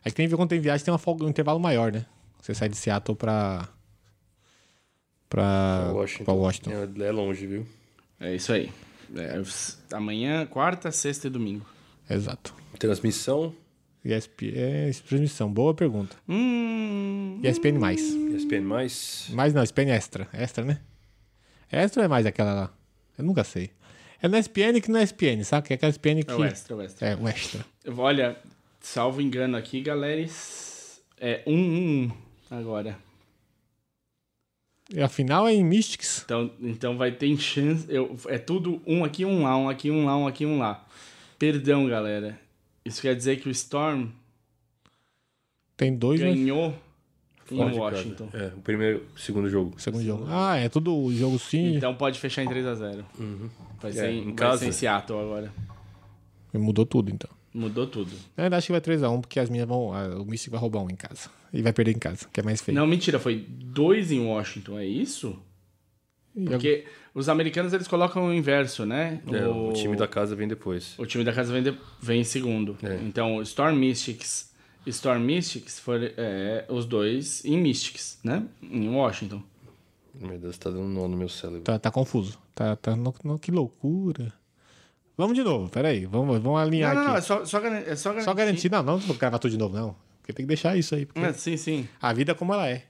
Speaker 2: É que tem que ver quando tem viagem, tem uma folga, um intervalo maior, né? Você sai de Seattle pra. pra.
Speaker 1: Washington.
Speaker 2: pra Washington.
Speaker 1: É, é longe, viu?
Speaker 3: É isso aí. É, s- amanhã, quarta, sexta e domingo.
Speaker 2: Exato.
Speaker 1: Transmissão,
Speaker 2: ESPN. É, transmissão. Boa pergunta.
Speaker 3: Hum.
Speaker 2: ESPN.
Speaker 1: ESPN+. Mais.
Speaker 2: Mais não, ESPN é extra. Extra, né? Extra ou é mais aquela lá? Eu nunca sei. É na ESPN que não é ESPN, sabe? Que é aquela ESPN que...
Speaker 3: É o extra, é o extra.
Speaker 2: É, o extra.
Speaker 3: Olha, salvo engano aqui, galera. É 1-1-1 agora.
Speaker 2: E a final é em Mystics.
Speaker 3: Então, então vai ter chance. Eu, é tudo um aqui, um lá, um aqui, um lá, um aqui, um lá. Perdão, galera. Isso quer dizer que o Storm
Speaker 2: Tem dois, né?
Speaker 3: ganhou em
Speaker 1: Fora de
Speaker 3: Washington.
Speaker 1: casa. É, o primeiro, o segundo jogo.
Speaker 2: Segundo jogo. Ah, é tudo jogo sim.
Speaker 3: Então pode fechar em 3x0. Vai, ser,
Speaker 1: É,
Speaker 3: em,
Speaker 1: em
Speaker 3: vai
Speaker 1: casa.
Speaker 3: ser em Seattle agora.
Speaker 2: Mudou tudo, então.
Speaker 3: Mudou tudo.
Speaker 2: Na verdade, acho que vai 3x1, porque as minhas vão... ah, O Mystic vai roubar um em casa. E vai perder em casa, que é mais feio.
Speaker 3: Não, mentira, foi dois em Washington, é isso? Porque os americanos eles colocam o inverso, né?
Speaker 1: É, o... time da casa vem depois.
Speaker 3: o time da casa vem, de- vem em segundo.
Speaker 1: É.
Speaker 3: Então, Storm Mystics e Storm Mystics foram é, os dois em Mystics, né? Em Washington.
Speaker 1: Meu Deus, tá dando um nó no meu cérebro.
Speaker 2: Tá, tá confuso. Tá, tá no- no- que loucura. Vamos de novo, peraí. Vamos, vamos alinhar
Speaker 3: Não, não, não, é
Speaker 2: aqui.
Speaker 3: só, só, garan- é só garantir.
Speaker 2: Só garantir. Não, não vou gravar tudo de novo, não. Porque tem que deixar isso aí. Porque
Speaker 3: É, sim, sim.
Speaker 2: a vida é como ela é.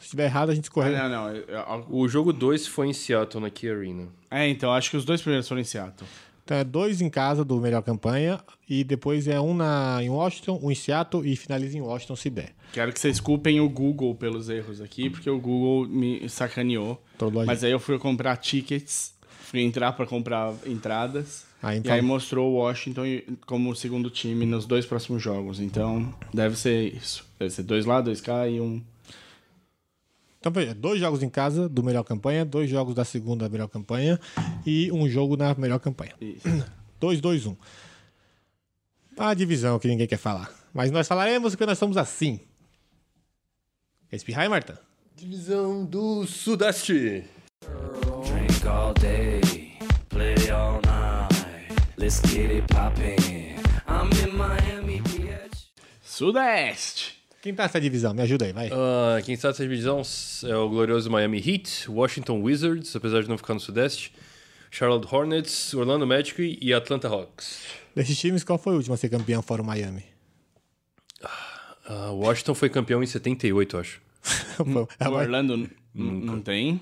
Speaker 2: Se tiver errado, a gente escorrega.
Speaker 3: Não, não. é-
Speaker 1: O jogo 2 foi em Seattle, na Key Arena.
Speaker 3: É, então, acho que os dois primeiros foram em Seattle.
Speaker 2: Então é dois em casa do melhor campanha. E depois é um na, em Washington, um em Seattle e finaliza em Washington se der.
Speaker 3: Quero que vocês culpem o Google pelos erros aqui, porque o Google me sacaneou.
Speaker 2: Trollou a
Speaker 3: Mas é- aí eu fui comprar tickets, fui entrar pra comprar entradas.
Speaker 2: Aí,
Speaker 3: E
Speaker 2: então-
Speaker 3: aí mostrou o Washington como o segundo time nos dois próximos jogos. Então, deve ser isso. Deve ser dois lá, dois cá e um.
Speaker 2: Então, veja, dois jogos em casa do melhor campanha, dois jogos da segunda melhor campanha e um jogo na melhor campanha.
Speaker 3: Isso.
Speaker 2: 2, 2, 1. A divisão que ninguém quer falar. Mas nós falaremos que nós somos assim. Quer espirrar, hein, Marta?
Speaker 1: Divisão do Sudeste.
Speaker 8: Drink all day, play all night. Let's get it poppin'. I'm in Miami, bitch.
Speaker 3: Sudeste!
Speaker 2: Quem tá nessa divisão? Me ajuda aí, vai.
Speaker 1: Ah, quem está nessa divisão é o glorioso Miami Heat, Washington Wizards, apesar de não ficar no Sudeste, Charlotte Hornets, Orlando Magic e Atlanta Hawks.
Speaker 2: Desses times, qual foi o último a ser campeão fora o Miami?
Speaker 1: Ah, Washington foi campeão em 78, eu acho.
Speaker 2: É,
Speaker 3: O
Speaker 2: vai.
Speaker 3: Orlando n- não tem.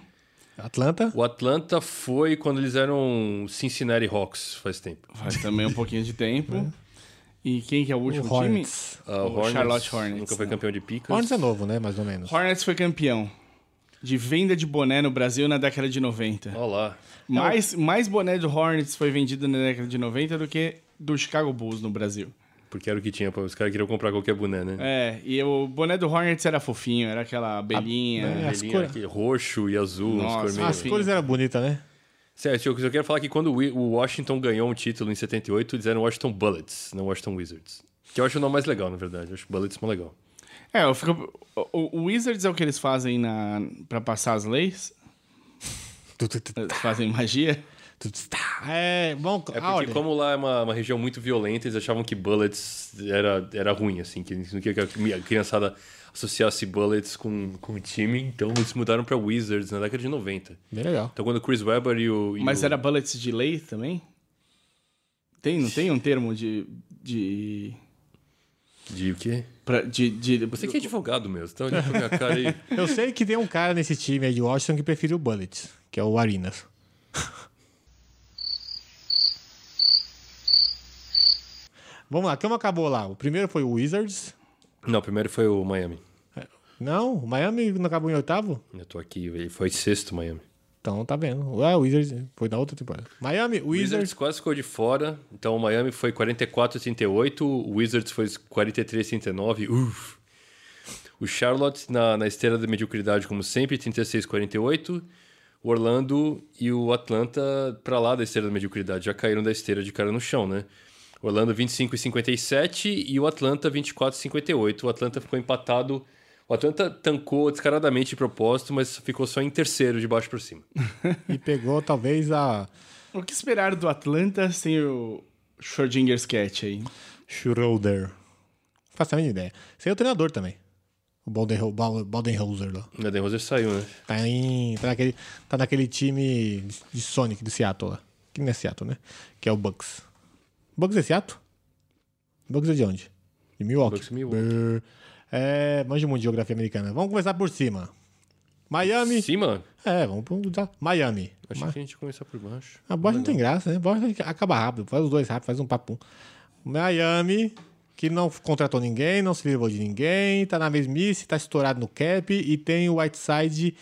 Speaker 2: Atlanta?
Speaker 1: O Atlanta foi quando eles eram Cincinnati Hawks, faz tempo.
Speaker 3: Faz também um pouquinho de tempo. E quem que é o
Speaker 2: Um
Speaker 3: último time?
Speaker 2: Hornets.
Speaker 1: Ah,
Speaker 3: O Charlotte Hornets. né?
Speaker 1: Nunca foi
Speaker 3: não.
Speaker 1: campeão de picas.
Speaker 2: Hornets é novo, né? Mais ou menos.
Speaker 3: Hornets foi campeão de venda de boné no Brasil na década de 90.
Speaker 1: Olha lá.
Speaker 3: Mais, mais boné do Hornets foi vendido na década de 90 do que do Chicago Bulls no Brasil.
Speaker 1: Porque era o que tinha, pô. os caras queriam comprar qualquer boné, né?
Speaker 3: É, e o boné do Hornets era fofinho, era aquela
Speaker 2: né,
Speaker 3: abelhinha.
Speaker 2: as
Speaker 1: Vermelhinho,
Speaker 2: cores-
Speaker 1: aqui, roxo e azul, umas
Speaker 3: Nossa,
Speaker 1: cores meio-
Speaker 2: Ah, As
Speaker 3: Sim.
Speaker 2: cores eram bonitas, né?
Speaker 1: Certo, eu eu quero falar que quando o Wi- o Washington ganhou um título em 78, eles eram Washington Bullets, não Washington Wizards. Que eu acho o nome mais legal, na verdade. Eu acho Bullets mais legal.
Speaker 3: É, eu fico. O, o Wizards é o que eles fazem na, pra passar as leis?
Speaker 2: Tu, tu, tu,
Speaker 3: Eles Fazem magia?
Speaker 2: tu, tu, tá. É, bom,
Speaker 1: É porque
Speaker 3: Ah,
Speaker 2: a ordem.
Speaker 1: como lá é uma, uma região muito violenta, eles achavam que Bullets era, era ruim, assim. Que eles não queriam que a criançada associasse Bullets com, com o time. Então eles mudaram pra Wizards na década de 90.
Speaker 2: Bem legal.
Speaker 1: Então quando o Chris Webber e o... e
Speaker 3: Mas
Speaker 1: o-
Speaker 3: era bullets de lei também? Tem, não tem um termo de. de.
Speaker 1: De o quê?
Speaker 3: pra- de, de
Speaker 1: Você que é advogado mesmo, então olha pra minha cara aí.
Speaker 2: Eu sei que tem um cara nesse time aí de Washington que prefere o Bullets, que é o Arinas. Vamos lá, como acabou lá? O primeiro foi o Wizards.
Speaker 1: Não, primeiro foi o Miami.
Speaker 2: Não, o Miami não acabou em oitavo?
Speaker 1: Eu tô aqui, ele foi sexto Miami.
Speaker 2: Então tá vendo. É, o Wizards foi na outra temporada. Miami,
Speaker 1: Wizards
Speaker 2: Wizards.
Speaker 1: quase ficou de fora, então o Miami foi 44 38, o Wizards foi 43 39, uff. O Charlotte na, na esteira da mediocridade, como sempre, 36 48. O Orlando e o Atlanta pra lá da esteira da mediocridade, já caíram da esteira de cara no chão, né? O Orlando 25 e 57 e o Atlanta 24 e 58. O Atlanta ficou empatado. O Atlanta tancou descaradamente de propósito, mas ficou só em terceiro de baixo pra cima.
Speaker 2: E pegou talvez a.
Speaker 3: O que esperar do Atlanta sem o Schrodinger's Cat aí?
Speaker 2: Schroeder. Não faço a mínima ideia. Sem o treinador também. O Baldenho- Bal- Baldenhauser lá.
Speaker 1: O Roser saiu, né?
Speaker 2: Tá, em, tá, naquele, tá naquele time de- de Sonic do Seattle lá. Que não é Seattle, né? Que é o Bucks. Bucks é Seattle? Bucks é de onde? De Milwaukee.
Speaker 1: Bucks é Milwaukee.
Speaker 2: Brrr. É, manja muito de geografia americana. Vamos começar por cima. Miami.
Speaker 1: Sim, mano.
Speaker 2: É, vamos por Miami.
Speaker 1: Acho
Speaker 2: Ma-
Speaker 1: que a gente começar por baixo.
Speaker 2: A bosta não tem graça, né? A bosta acaba rápido. Faz os dois rápido, faz um papum. Miami, que não contratou ninguém, não se livrou de ninguém, tá na mesmice, tá estourado no cap. E tem o Whiteside,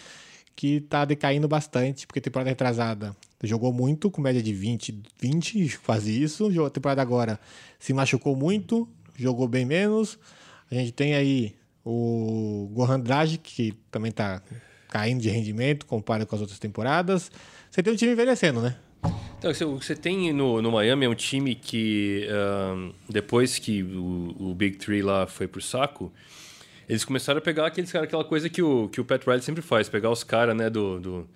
Speaker 2: que tá decaindo bastante, porque temporada retrasada jogou muito, com média de 20, 20, quase isso. Jo- Temporada agora se machucou muito, jogou bem menos. A gente tem aí o Goran Dragic, que também tá caindo de rendimento, comparado com as outras temporadas. Você tem um time envelhecendo, né?
Speaker 1: Então, você- o que você tem no, no Miami é um time que, ahn, depois que o, o Big Three lá foi pro saco, eles começaram a pegar aqueles cara, aquela coisa que o, que o Pat Riley sempre faz, pegar os caras, né, do, do,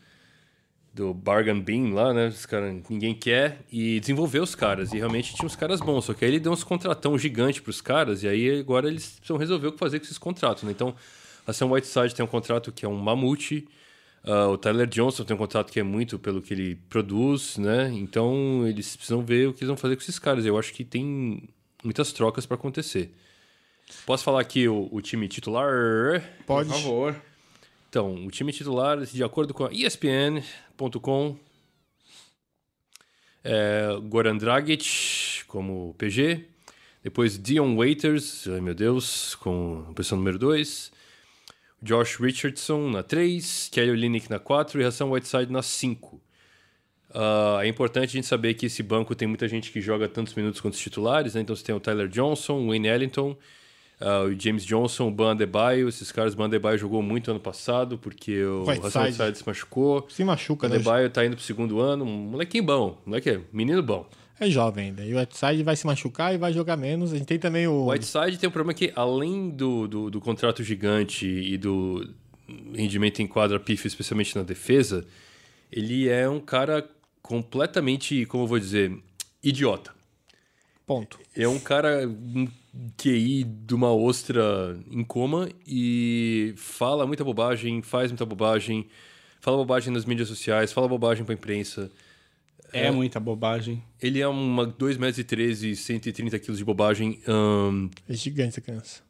Speaker 1: do Bargain Bean lá, né? Os caras, ninguém quer. E desenvolveu os caras. E realmente tinha uns caras bons. Só que aí ele deu uns contratão gigante pros caras. E aí agora eles precisam resolver o que fazer com esses contratos, né? Então, a Sam Whiteside tem um contrato que é um mamute. ah, o Tyler Johnson tem um contrato que é muito pelo que ele produz, né? Então, eles precisam ver o que eles vão fazer com esses caras. Eu acho que tem muitas trocas pra acontecer. Posso falar aqui o- o time titular?
Speaker 2: Pode.
Speaker 3: Por favor.
Speaker 1: Então, o time titular, de acordo com a ESPN.com, é Goran Dragic como PG, depois Dion Waiters, ai meu Deus, com a posição número 2, Josh Richardson na 3, Kelly Olynyk na 4 e Hassan Whiteside na 5. Ah, é importante a gente saber que esse banco tem muita gente que joga tantos minutos quanto os titulares, né? Então você tem o Tyler Johnson, o Wayne Ellington, ah, o James Johnson, o Ban Adebayo. Esses caras, o Ban Adebayo jogou muito ano passado porque o
Speaker 2: Whiteside.
Speaker 1: Hassan Whiteside se machucou.
Speaker 2: Se machuca,
Speaker 1: O
Speaker 2: né?
Speaker 1: Adebayo tá indo pro segundo ano. Um molequinho bom. Moleque, é menino bom.
Speaker 2: É jovem ainda. E o Whiteside vai se machucar e vai jogar menos. A gente tem também o.
Speaker 1: O Whiteside tem um problema que, além do, do, do contrato gigante e do rendimento em quadra pífio, especialmente na defesa, ele é um cara completamente, como eu vou dizer, idiota.
Speaker 2: Ponto.
Speaker 1: É um cara um QI de uma ostra em coma e fala muita bobagem, faz muita bobagem, fala bobagem nas mídias sociais, fala bobagem pra imprensa.
Speaker 3: É, muita bobagem.
Speaker 1: Ele é uma 2 metros e 13, 130 quilos de bobagem. ahn,
Speaker 2: É gigante essa criança.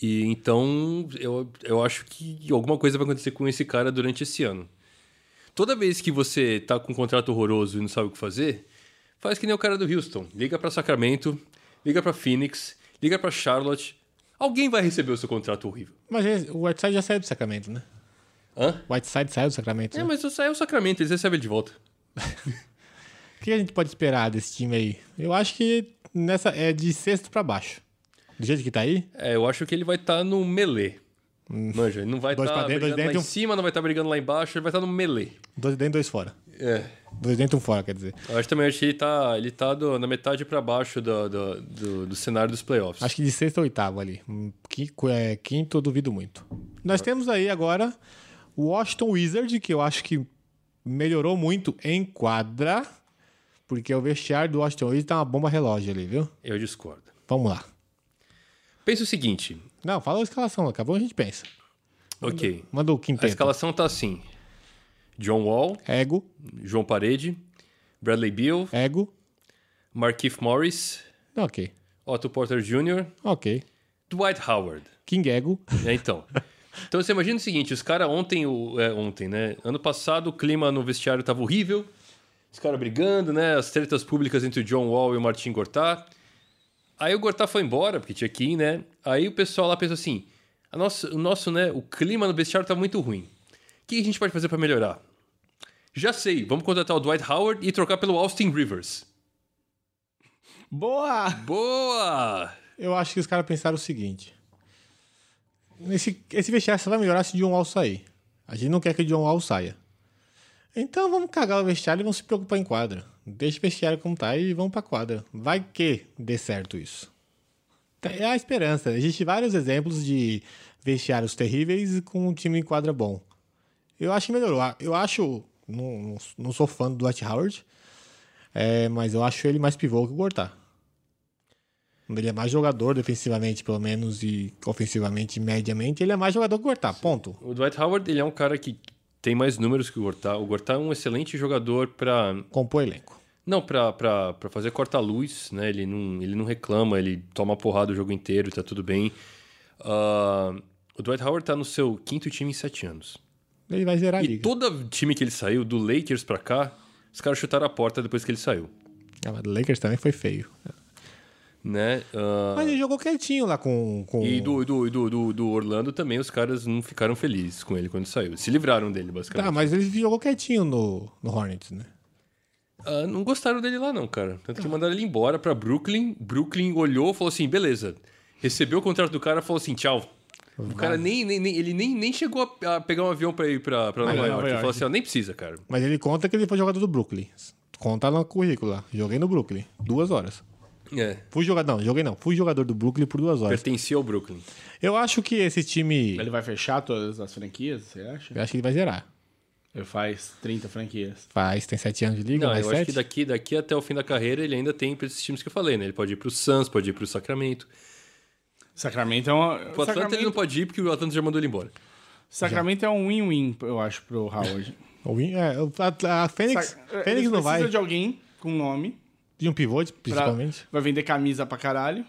Speaker 1: e então eu, eu acho que alguma coisa vai acontecer com esse cara durante esse ano. Toda vez que você tá com um contrato horroroso e não sabe o que fazer, faz que nem o cara do Houston. Liga pra Sacramento, liga pra Phoenix, liga pra Charlotte. Alguém vai receber o seu contrato horrível.
Speaker 2: Mas esse- o Whiteside já saiu do Sacramento, né?
Speaker 1: Hã?
Speaker 2: O Whiteside saiu do Sacramento.
Speaker 1: É,
Speaker 2: né?
Speaker 1: mas isso aí é o Sacramento, eles recebem ele de volta.
Speaker 2: O que a gente pode esperar desse time aí? Eu acho que nessa é de sexto pra baixo. Do jeito que tá aí,
Speaker 1: É, eu acho que ele vai estar no melee. Manja, ele não vai estar
Speaker 2: Hum. Dois
Speaker 1: tá
Speaker 2: pra dentro,
Speaker 1: brigando
Speaker 2: dois
Speaker 1: lá
Speaker 2: dentro,
Speaker 1: em
Speaker 2: um-
Speaker 1: cima, não vai estar brigando lá embaixo, ele vai estar no melee.
Speaker 2: dois dentro, dois fora.
Speaker 1: É.
Speaker 2: Dois dentro, um fora, quer dizer.
Speaker 1: Eu acho também acho que ele tá, ele tá do- na metade pra baixo do, do, do- do cenário dos playoffs.
Speaker 2: Acho que de sexto a oitavo ali. Hum, qui- é, Quinto, eu duvido muito. Nós temos aí agora o Washington Wizard, que eu acho que melhorou muito em quadra, porque o vestiário do Washington Wizard tá uma bomba relógio ali, viu?
Speaker 1: Eu discordo.
Speaker 2: Vamos lá.
Speaker 1: Pensa o seguinte,
Speaker 2: Não, fala a escalação, acabou a gente pensa.
Speaker 1: ok.
Speaker 2: Manda o
Speaker 1: A
Speaker 2: quinteto.
Speaker 1: escalação tá assim: John Wall,
Speaker 2: Ego,
Speaker 1: João Parede, Bradley Beal,
Speaker 2: ego.
Speaker 1: Markieff Morris,
Speaker 2: Não, ok,
Speaker 1: Otto Porter Jr.,
Speaker 2: ok.
Speaker 1: Dwight Howard.
Speaker 2: King Ego.
Speaker 1: É, então. Então você imagina o seguinte, os caras ontem, o- é, ontem, né? Ano passado o clima no vestiário tava horrível. Os caras brigando, né? As tretas públicas entre o John Wall e o Martin Gortat. Aí o Gortat foi embora, porque tinha que ir, né? Aí o pessoal lá pensou assim: a nossa- o nosso, né? O clima no vestiário tá muito ruim. O que a gente pode fazer pra melhorar? Já sei, vamos contratar o Dwight Howard e trocar pelo Austin Rivers.
Speaker 3: Boa!
Speaker 1: Boa!
Speaker 2: Eu acho que os caras pensaram o seguinte. Esse, esse vestiário só vai melhorar se o John Wall sair. A gente não quer que o John Wall saia. Então vamos cagar o vestiário e vamos se preocupar em quadra. Deixa o vestiário como tá e vamos pra quadra. Vai que dê certo isso. É a esperança. Existem vários exemplos de vestiários terríveis com um time em quadra bom. Eu acho que melhorou. Ah, Eu acho. Não, não- não sou fã do Dwight Howard, é, mas eu acho ele mais pivô que o Gortat. Ele é mais jogador defensivamente, pelo menos, e ofensivamente, mediamente. Ele é mais jogador que o Gortat, ponto.
Speaker 1: O Dwight Howard, ele é um cara que tem mais números que o Gortat. O Gortat é um excelente jogador pra.
Speaker 2: Compõe elenco.
Speaker 1: Não, pra, pra, pra fazer corta-luz, né? Ele não, ele não reclama, ele toma porrada o jogo inteiro, tá tudo bem. Ah, o Dwight Howard tá no seu quinto time em sete anos.
Speaker 2: Ele vai zerar a
Speaker 1: E
Speaker 2: liga.
Speaker 1: todo time que ele saiu, do Lakers pra cá, os caras chutaram a porta depois que ele saiu,
Speaker 2: Ah, mas o Lakers também foi feio.
Speaker 1: né? Ah,
Speaker 2: Mas ele jogou quietinho lá com... com...
Speaker 1: E do, do, do, do, do Orlando também, os caras não ficaram felizes com ele quando saiu. Se livraram dele,
Speaker 2: Tá,
Speaker 1: basicamente.
Speaker 2: mas ele jogou quietinho no, no Hornets, né?
Speaker 1: Ah, não gostaram dele lá, não, cara. Tanto que mandaram ele embora pra Brooklyn. Brooklyn olhou falou assim: beleza. Recebeu o contrato do cara falou assim: tchau. O cara nem, nem, nem- ele nem, nem chegou a, a pegar um avião pra ir pra, pra Nova
Speaker 3: Ah, Nova
Speaker 1: York. Ele
Speaker 3: York.
Speaker 1: falou assim: ó, nem precisa, cara.
Speaker 2: Mas ele conta que ele foi jogador do Brooklyn. Conta no currículo lá. Joguei no Brooklyn. Duas horas.
Speaker 1: É.
Speaker 2: Fui jogador... Não, joguei não. Fui jogador do Brooklyn por duas horas.
Speaker 1: Pertencia ao Brooklyn.
Speaker 2: Eu acho que esse time...
Speaker 3: Ele vai fechar todas as franquias, você acha?
Speaker 2: Eu acho que ele vai zerar.
Speaker 3: Ele faz 30 franquias.
Speaker 2: Faz, tem sete anos de liga,
Speaker 1: Não,
Speaker 3: é
Speaker 1: eu
Speaker 2: mais
Speaker 1: acho que
Speaker 2: sete.
Speaker 1: daqui, daqui até o fim da carreira ele ainda tem pra esses times que eu falei, né? Ele pode ir pro Suns, pode ir pro Sacramento.
Speaker 3: Sacramento é uma.
Speaker 1: Pro Atlanta ele não
Speaker 3: Sacramento,
Speaker 1: pode ir porque o Atlanta já mandou ele embora.
Speaker 3: Sacramento é um win-win, eu acho, pro Howard.
Speaker 2: O Win- é, o- a, a Fênix,
Speaker 3: Sac-
Speaker 2: Fênix
Speaker 3: é, ele
Speaker 2: não
Speaker 3: precisa
Speaker 2: vai.
Speaker 3: de alguém com nome.
Speaker 2: De um pivô,
Speaker 3: Pra,
Speaker 2: principalmente.
Speaker 3: vai vender camisa pra caralho.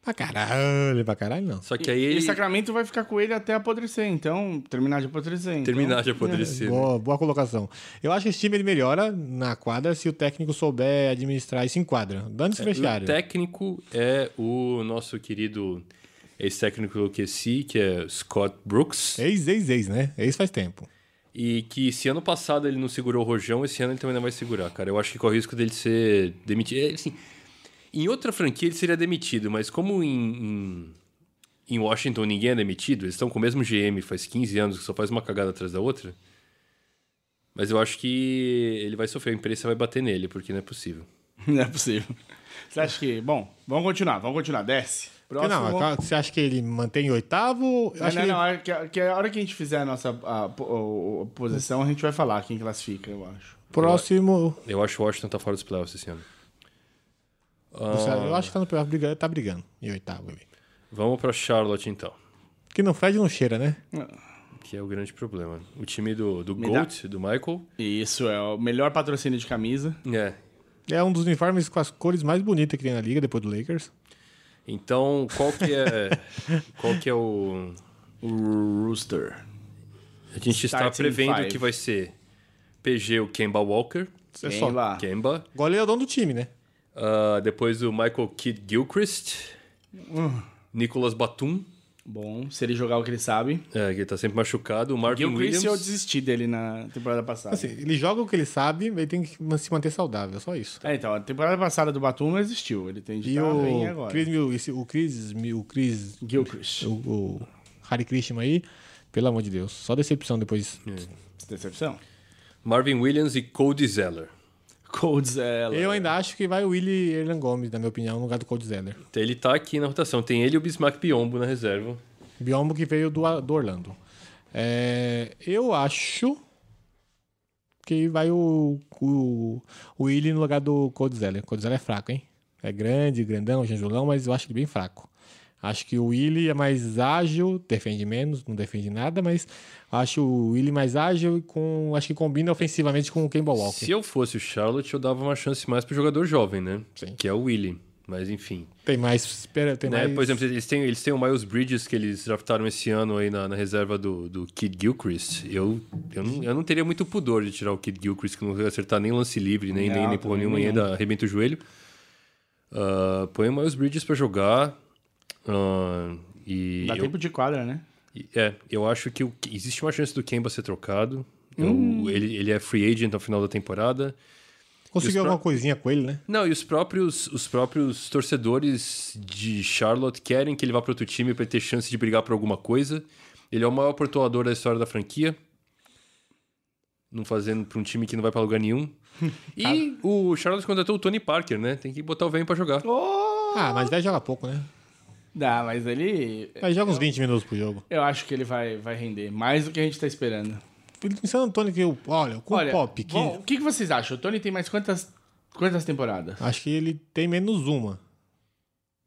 Speaker 2: Pra caralho, pra caralho, não.
Speaker 1: Só que
Speaker 3: E-
Speaker 1: aí ele
Speaker 3: E Sacramento vai ficar com ele até apodrecer. Então, terminar de apodrecer. então-
Speaker 1: terminar de apodrecer. né?
Speaker 2: Boa, boa colocação. Eu acho que esse time ele melhora na quadra se o técnico souber administrar isso em quadra.
Speaker 3: É,
Speaker 2: Dando-se o
Speaker 1: E O
Speaker 2: vestiário.
Speaker 1: técnico é o nosso querido ex-técnico do OKC, que é Scott Brooks.
Speaker 2: Ex, ex, ex, né? Ex faz tempo.
Speaker 1: E que se ano passado ele não segurou o rojão, esse ano ele também não vai segurar, cara. Eu acho que corre o risco dele ser demitido. É, assim, em outra franquia ele seria demitido, mas como em, em, em Washington ninguém é demitido, eles estão com o mesmo GM faz 15 anos, que só faz uma cagada atrás da outra. Mas eu acho que ele vai sofrer, a imprensa vai bater nele, porque não é possível.
Speaker 3: Não é possível. Você acha que. Bom, vamos continuar, vamos continuar. Desce. Próximo.
Speaker 2: Não, é claro que você acha que ele mantém em oitavo? Eu
Speaker 3: Não,
Speaker 2: acho
Speaker 3: não,
Speaker 2: que
Speaker 3: não,
Speaker 2: ele-
Speaker 3: é que, que a hora que a gente fizer a nossa a, po- o- o- posição, a gente vai falar quem classifica, eu acho.
Speaker 2: próximo.
Speaker 1: Eu acho que o Washington tá fora dos playoffs esse ano.
Speaker 3: Ah.
Speaker 2: Você- Eu acho que tá no playoff brigando, tá brigando em oitavo ali.
Speaker 1: Vamos pra Charlotte então,
Speaker 2: Que não fede não cheira, né?
Speaker 1: que é o grande problema. O time do, do
Speaker 3: Me dá-
Speaker 1: Gold, do Michael,
Speaker 3: E isso é o melhor patrocínio de camisa.
Speaker 1: é,
Speaker 2: É um dos uniformes com as cores mais bonitas que tem na liga, depois do Lakers.
Speaker 1: Então, qual que é. qual que é o.
Speaker 3: O Rooster.
Speaker 1: A gente está
Speaker 3: Starting
Speaker 1: prevendo
Speaker 3: five.
Speaker 1: que vai ser PG, o Kemba Walker.
Speaker 2: É
Speaker 3: Quem
Speaker 2: só.
Speaker 3: lá?
Speaker 1: Kemba.
Speaker 2: Goleiro é o dono do time, né?
Speaker 1: Ah, depois o Michael Kidd Gilchrist.
Speaker 3: Hum.
Speaker 1: Nicolas Batum,
Speaker 3: Bom, se ele jogar o que ele sabe.
Speaker 1: é, que tá sempre machucado. O Marvin
Speaker 3: E é o Chris,
Speaker 1: Williams.
Speaker 3: eu desisti dele na temporada passada.
Speaker 2: Assim, ele joga o que ele sabe, ele tem que man- se manter saudável, só isso.
Speaker 3: É, então, a temporada passada do Batum não existiu. Ele tem de
Speaker 2: E
Speaker 3: estar bem
Speaker 2: o
Speaker 3: Tá agora.
Speaker 2: Chris, Mil- esse- o Chris, Mil- o Chris,
Speaker 3: Gilchrist.
Speaker 2: o, o Hare Krishna aí, pelo amor de Deus, só decepção depois.
Speaker 3: Decepção.
Speaker 1: Marvin Williams e Cody Zeller.
Speaker 3: Colds é.
Speaker 2: Eu ainda acho que vai o Willie Erlan Gomes, na minha opinião, no lugar do Cold Zeller.
Speaker 1: Então, ele tá aqui na rotação. Tem ele e o Bismarck Biombo na reserva.
Speaker 2: Biombo que veio do, do Orlando. É, eu acho que vai o, o, o Willie no lugar do Coldzella. O Coldzella é fraco, hein? É grande, grandão, janjulão, mas eu acho ele bem fraco. Acho que o Willie é mais ágil, defende menos, não defende nada, mas acho o Willie mais ágil e com, acho que combina ofensivamente com o Kemba Walker.
Speaker 1: Se eu fosse o Charlotte, eu dava uma chance mais pro jogador jovem, né?
Speaker 2: Sim.
Speaker 1: Que é o Willie. Mas enfim.
Speaker 2: Tem mais, espera, tem
Speaker 1: né?
Speaker 2: mais
Speaker 1: Por exemplo, eles têm, eles têm o Miles Bridges que eles draftaram esse ano aí na, na reserva do, do Kid Gilchrist. Eu, eu, não, eu não teria muito pudor de tirar o Kid Gilchrist, que não vai acertar nem lance livre, nem, nem,
Speaker 3: Não,
Speaker 1: nem porra
Speaker 3: também
Speaker 1: nenhuma, e ainda arrebenta o joelho. Ah, põe o Miles Bridges pra jogar. ah, e,
Speaker 3: Dá
Speaker 1: eu,
Speaker 3: tempo de quadra, né?
Speaker 1: e- é, eu acho que o- existe uma chance do Kemba ser trocado. Eu-
Speaker 3: Hum.
Speaker 1: ele, ele é free agent ao final da temporada. e
Speaker 2: conseguiu
Speaker 1: os pro-
Speaker 2: alguma coisinha com ele, né?
Speaker 1: Não, e os próprios, os próprios torcedores de Charlotte querem que ele vá para outro time para ter chance de brigar por alguma coisa. Ele é o maior portoador da história da franquia. Não fazendo para um time que não vai para lugar nenhum. E o Charlotte contratou o Tony Parker, né? Tem que botar o velho para jogar.
Speaker 2: Ah, mas vai jogar pouco, né?
Speaker 3: Dá, mas ele.
Speaker 2: Vai jogar
Speaker 1: É.
Speaker 2: uns 20 minutos pro jogo.
Speaker 3: Eu acho que ele vai, vai render mais do que a gente tá esperando.
Speaker 2: Em San é Antônio, que eu, olha, com o Pop, que
Speaker 3: bom, o que, que vocês acham? O Tony tem mais quantas, quantas temporadas?
Speaker 2: Acho que ele tem menos uma.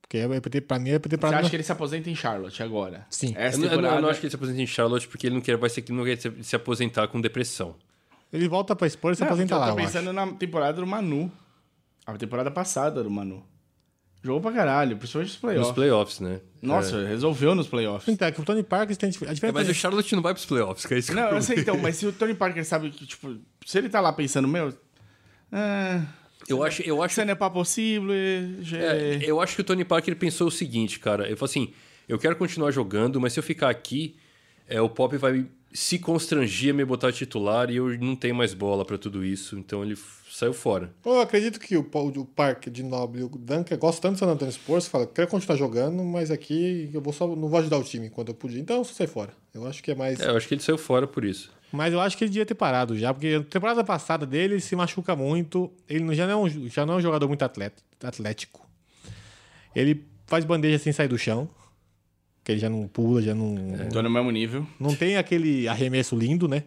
Speaker 2: Porque é pra, ter, pra mim é pra ter
Speaker 3: Você
Speaker 2: parado.
Speaker 3: acha
Speaker 2: na-
Speaker 3: que ele É. se aposenta em Charlotte agora?
Speaker 2: Sim.
Speaker 1: Eu, não- eu
Speaker 3: Essa
Speaker 1: não- eu
Speaker 3: temporada...
Speaker 1: não acho que ele se aposenta em Charlotte porque ele não quer, vai ser, não quer se- se aposentar com depressão.
Speaker 2: Ele volta pra Spurs e se
Speaker 3: Não,
Speaker 2: aposenta
Speaker 3: eu
Speaker 2: lá,
Speaker 3: tô
Speaker 2: eu
Speaker 3: pensando na temporada do Manu. A temporada passada do Manu. Jogou pra caralho, principalmente
Speaker 1: Nos
Speaker 3: nos playoffs.
Speaker 1: playoffs, né?
Speaker 3: Nossa, resolveu nos
Speaker 2: acho.
Speaker 3: playoffs.
Speaker 2: Então, é que o Tony Parker tem dif- a
Speaker 1: É,
Speaker 2: diferença.
Speaker 1: mas o Charlotte não vai pros playoffs, cara. Isso que é o
Speaker 3: Não, eu
Speaker 1: problema.
Speaker 3: sei então, mas se o Tony Parker sabe que, tipo, se ele tá lá pensando, meu. Ah,
Speaker 1: eu acho, eu acho
Speaker 3: isso não é pas possível. É,
Speaker 1: É, eu acho que o Tony Parker pensou o seguinte, cara. Ele falou assim: eu quero continuar jogando, mas se eu ficar aqui, é, o Pop vai se constrangir a me botar titular e eu não tenho mais bola pra tudo isso. Então ele f- saiu fora.
Speaker 2: Eu acredito que o, Pa- o Parker de Nobre e o Duncan gostam tanto do San Antônio Spurs, fala, quero continuar jogando, mas aqui eu vou só não vou ajudar o time enquanto eu podia. Então, só sai fora. Eu acho que é mais.
Speaker 1: É, eu acho que ele saiu fora por isso.
Speaker 2: Mas eu acho que ele devia ter parado já, porque a temporada passada dele ele se machuca muito. Ele não- já não, é um ju- já não é um jogador muito atleta, atlético. Ele faz bandeja sem sair do chão. Que ele já não pula, já não.
Speaker 3: É. Tô no mesmo nível.
Speaker 2: Não tem aquele arremesso lindo, né?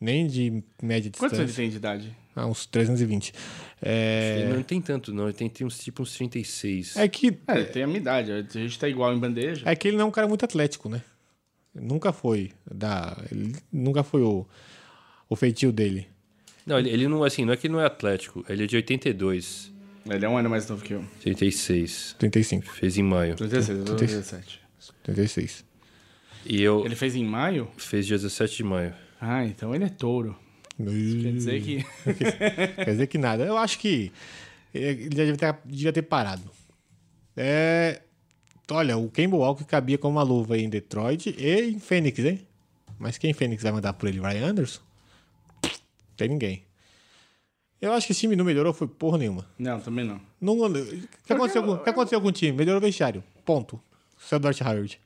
Speaker 2: Nem de média
Speaker 3: Quantos ele
Speaker 2: distância.
Speaker 3: tem de idade?
Speaker 2: Ah, uns 320.
Speaker 1: Ele
Speaker 2: É,
Speaker 1: não tem tanto, não. Ele tem, tem uns tipo uns 36.
Speaker 2: é que
Speaker 3: É, ele tem a minha idade. A gente tá igual em bandeja.
Speaker 2: É que ele não é um cara muito atlético, né? Nunca foi. Da, ele nunca foi o, o feitio dele.
Speaker 1: Não, ele, ele não assim, não é que ele não é atlético. Ele é de 82,
Speaker 3: Ele é um ano mais novo que eu.
Speaker 1: 86.
Speaker 2: 35,
Speaker 1: Fez em maio.
Speaker 3: 36, eu tô 17.
Speaker 2: 36.
Speaker 1: E eu
Speaker 3: Ele fez em maio?
Speaker 1: fez dia 17 de maio.
Speaker 3: Ah, então ele é touro. Quer dizer que.
Speaker 2: Quer dizer que nada. Eu acho que ele já devia ter, devia ter parado. É, olha, o Campbell Walker cabia como uma luva aí em Detroit e em Fênix, hein? Mas quem Fênix vai mandar por ele? Ryan Anderson? Tem ninguém. Eu acho que esse time não melhorou, foi porra nenhuma.
Speaker 3: Não, também não.
Speaker 2: Não, o que aconteceu, com- o que aconteceu com o time? Melhorou o vestiário. Ponto. Seu Dort Howard.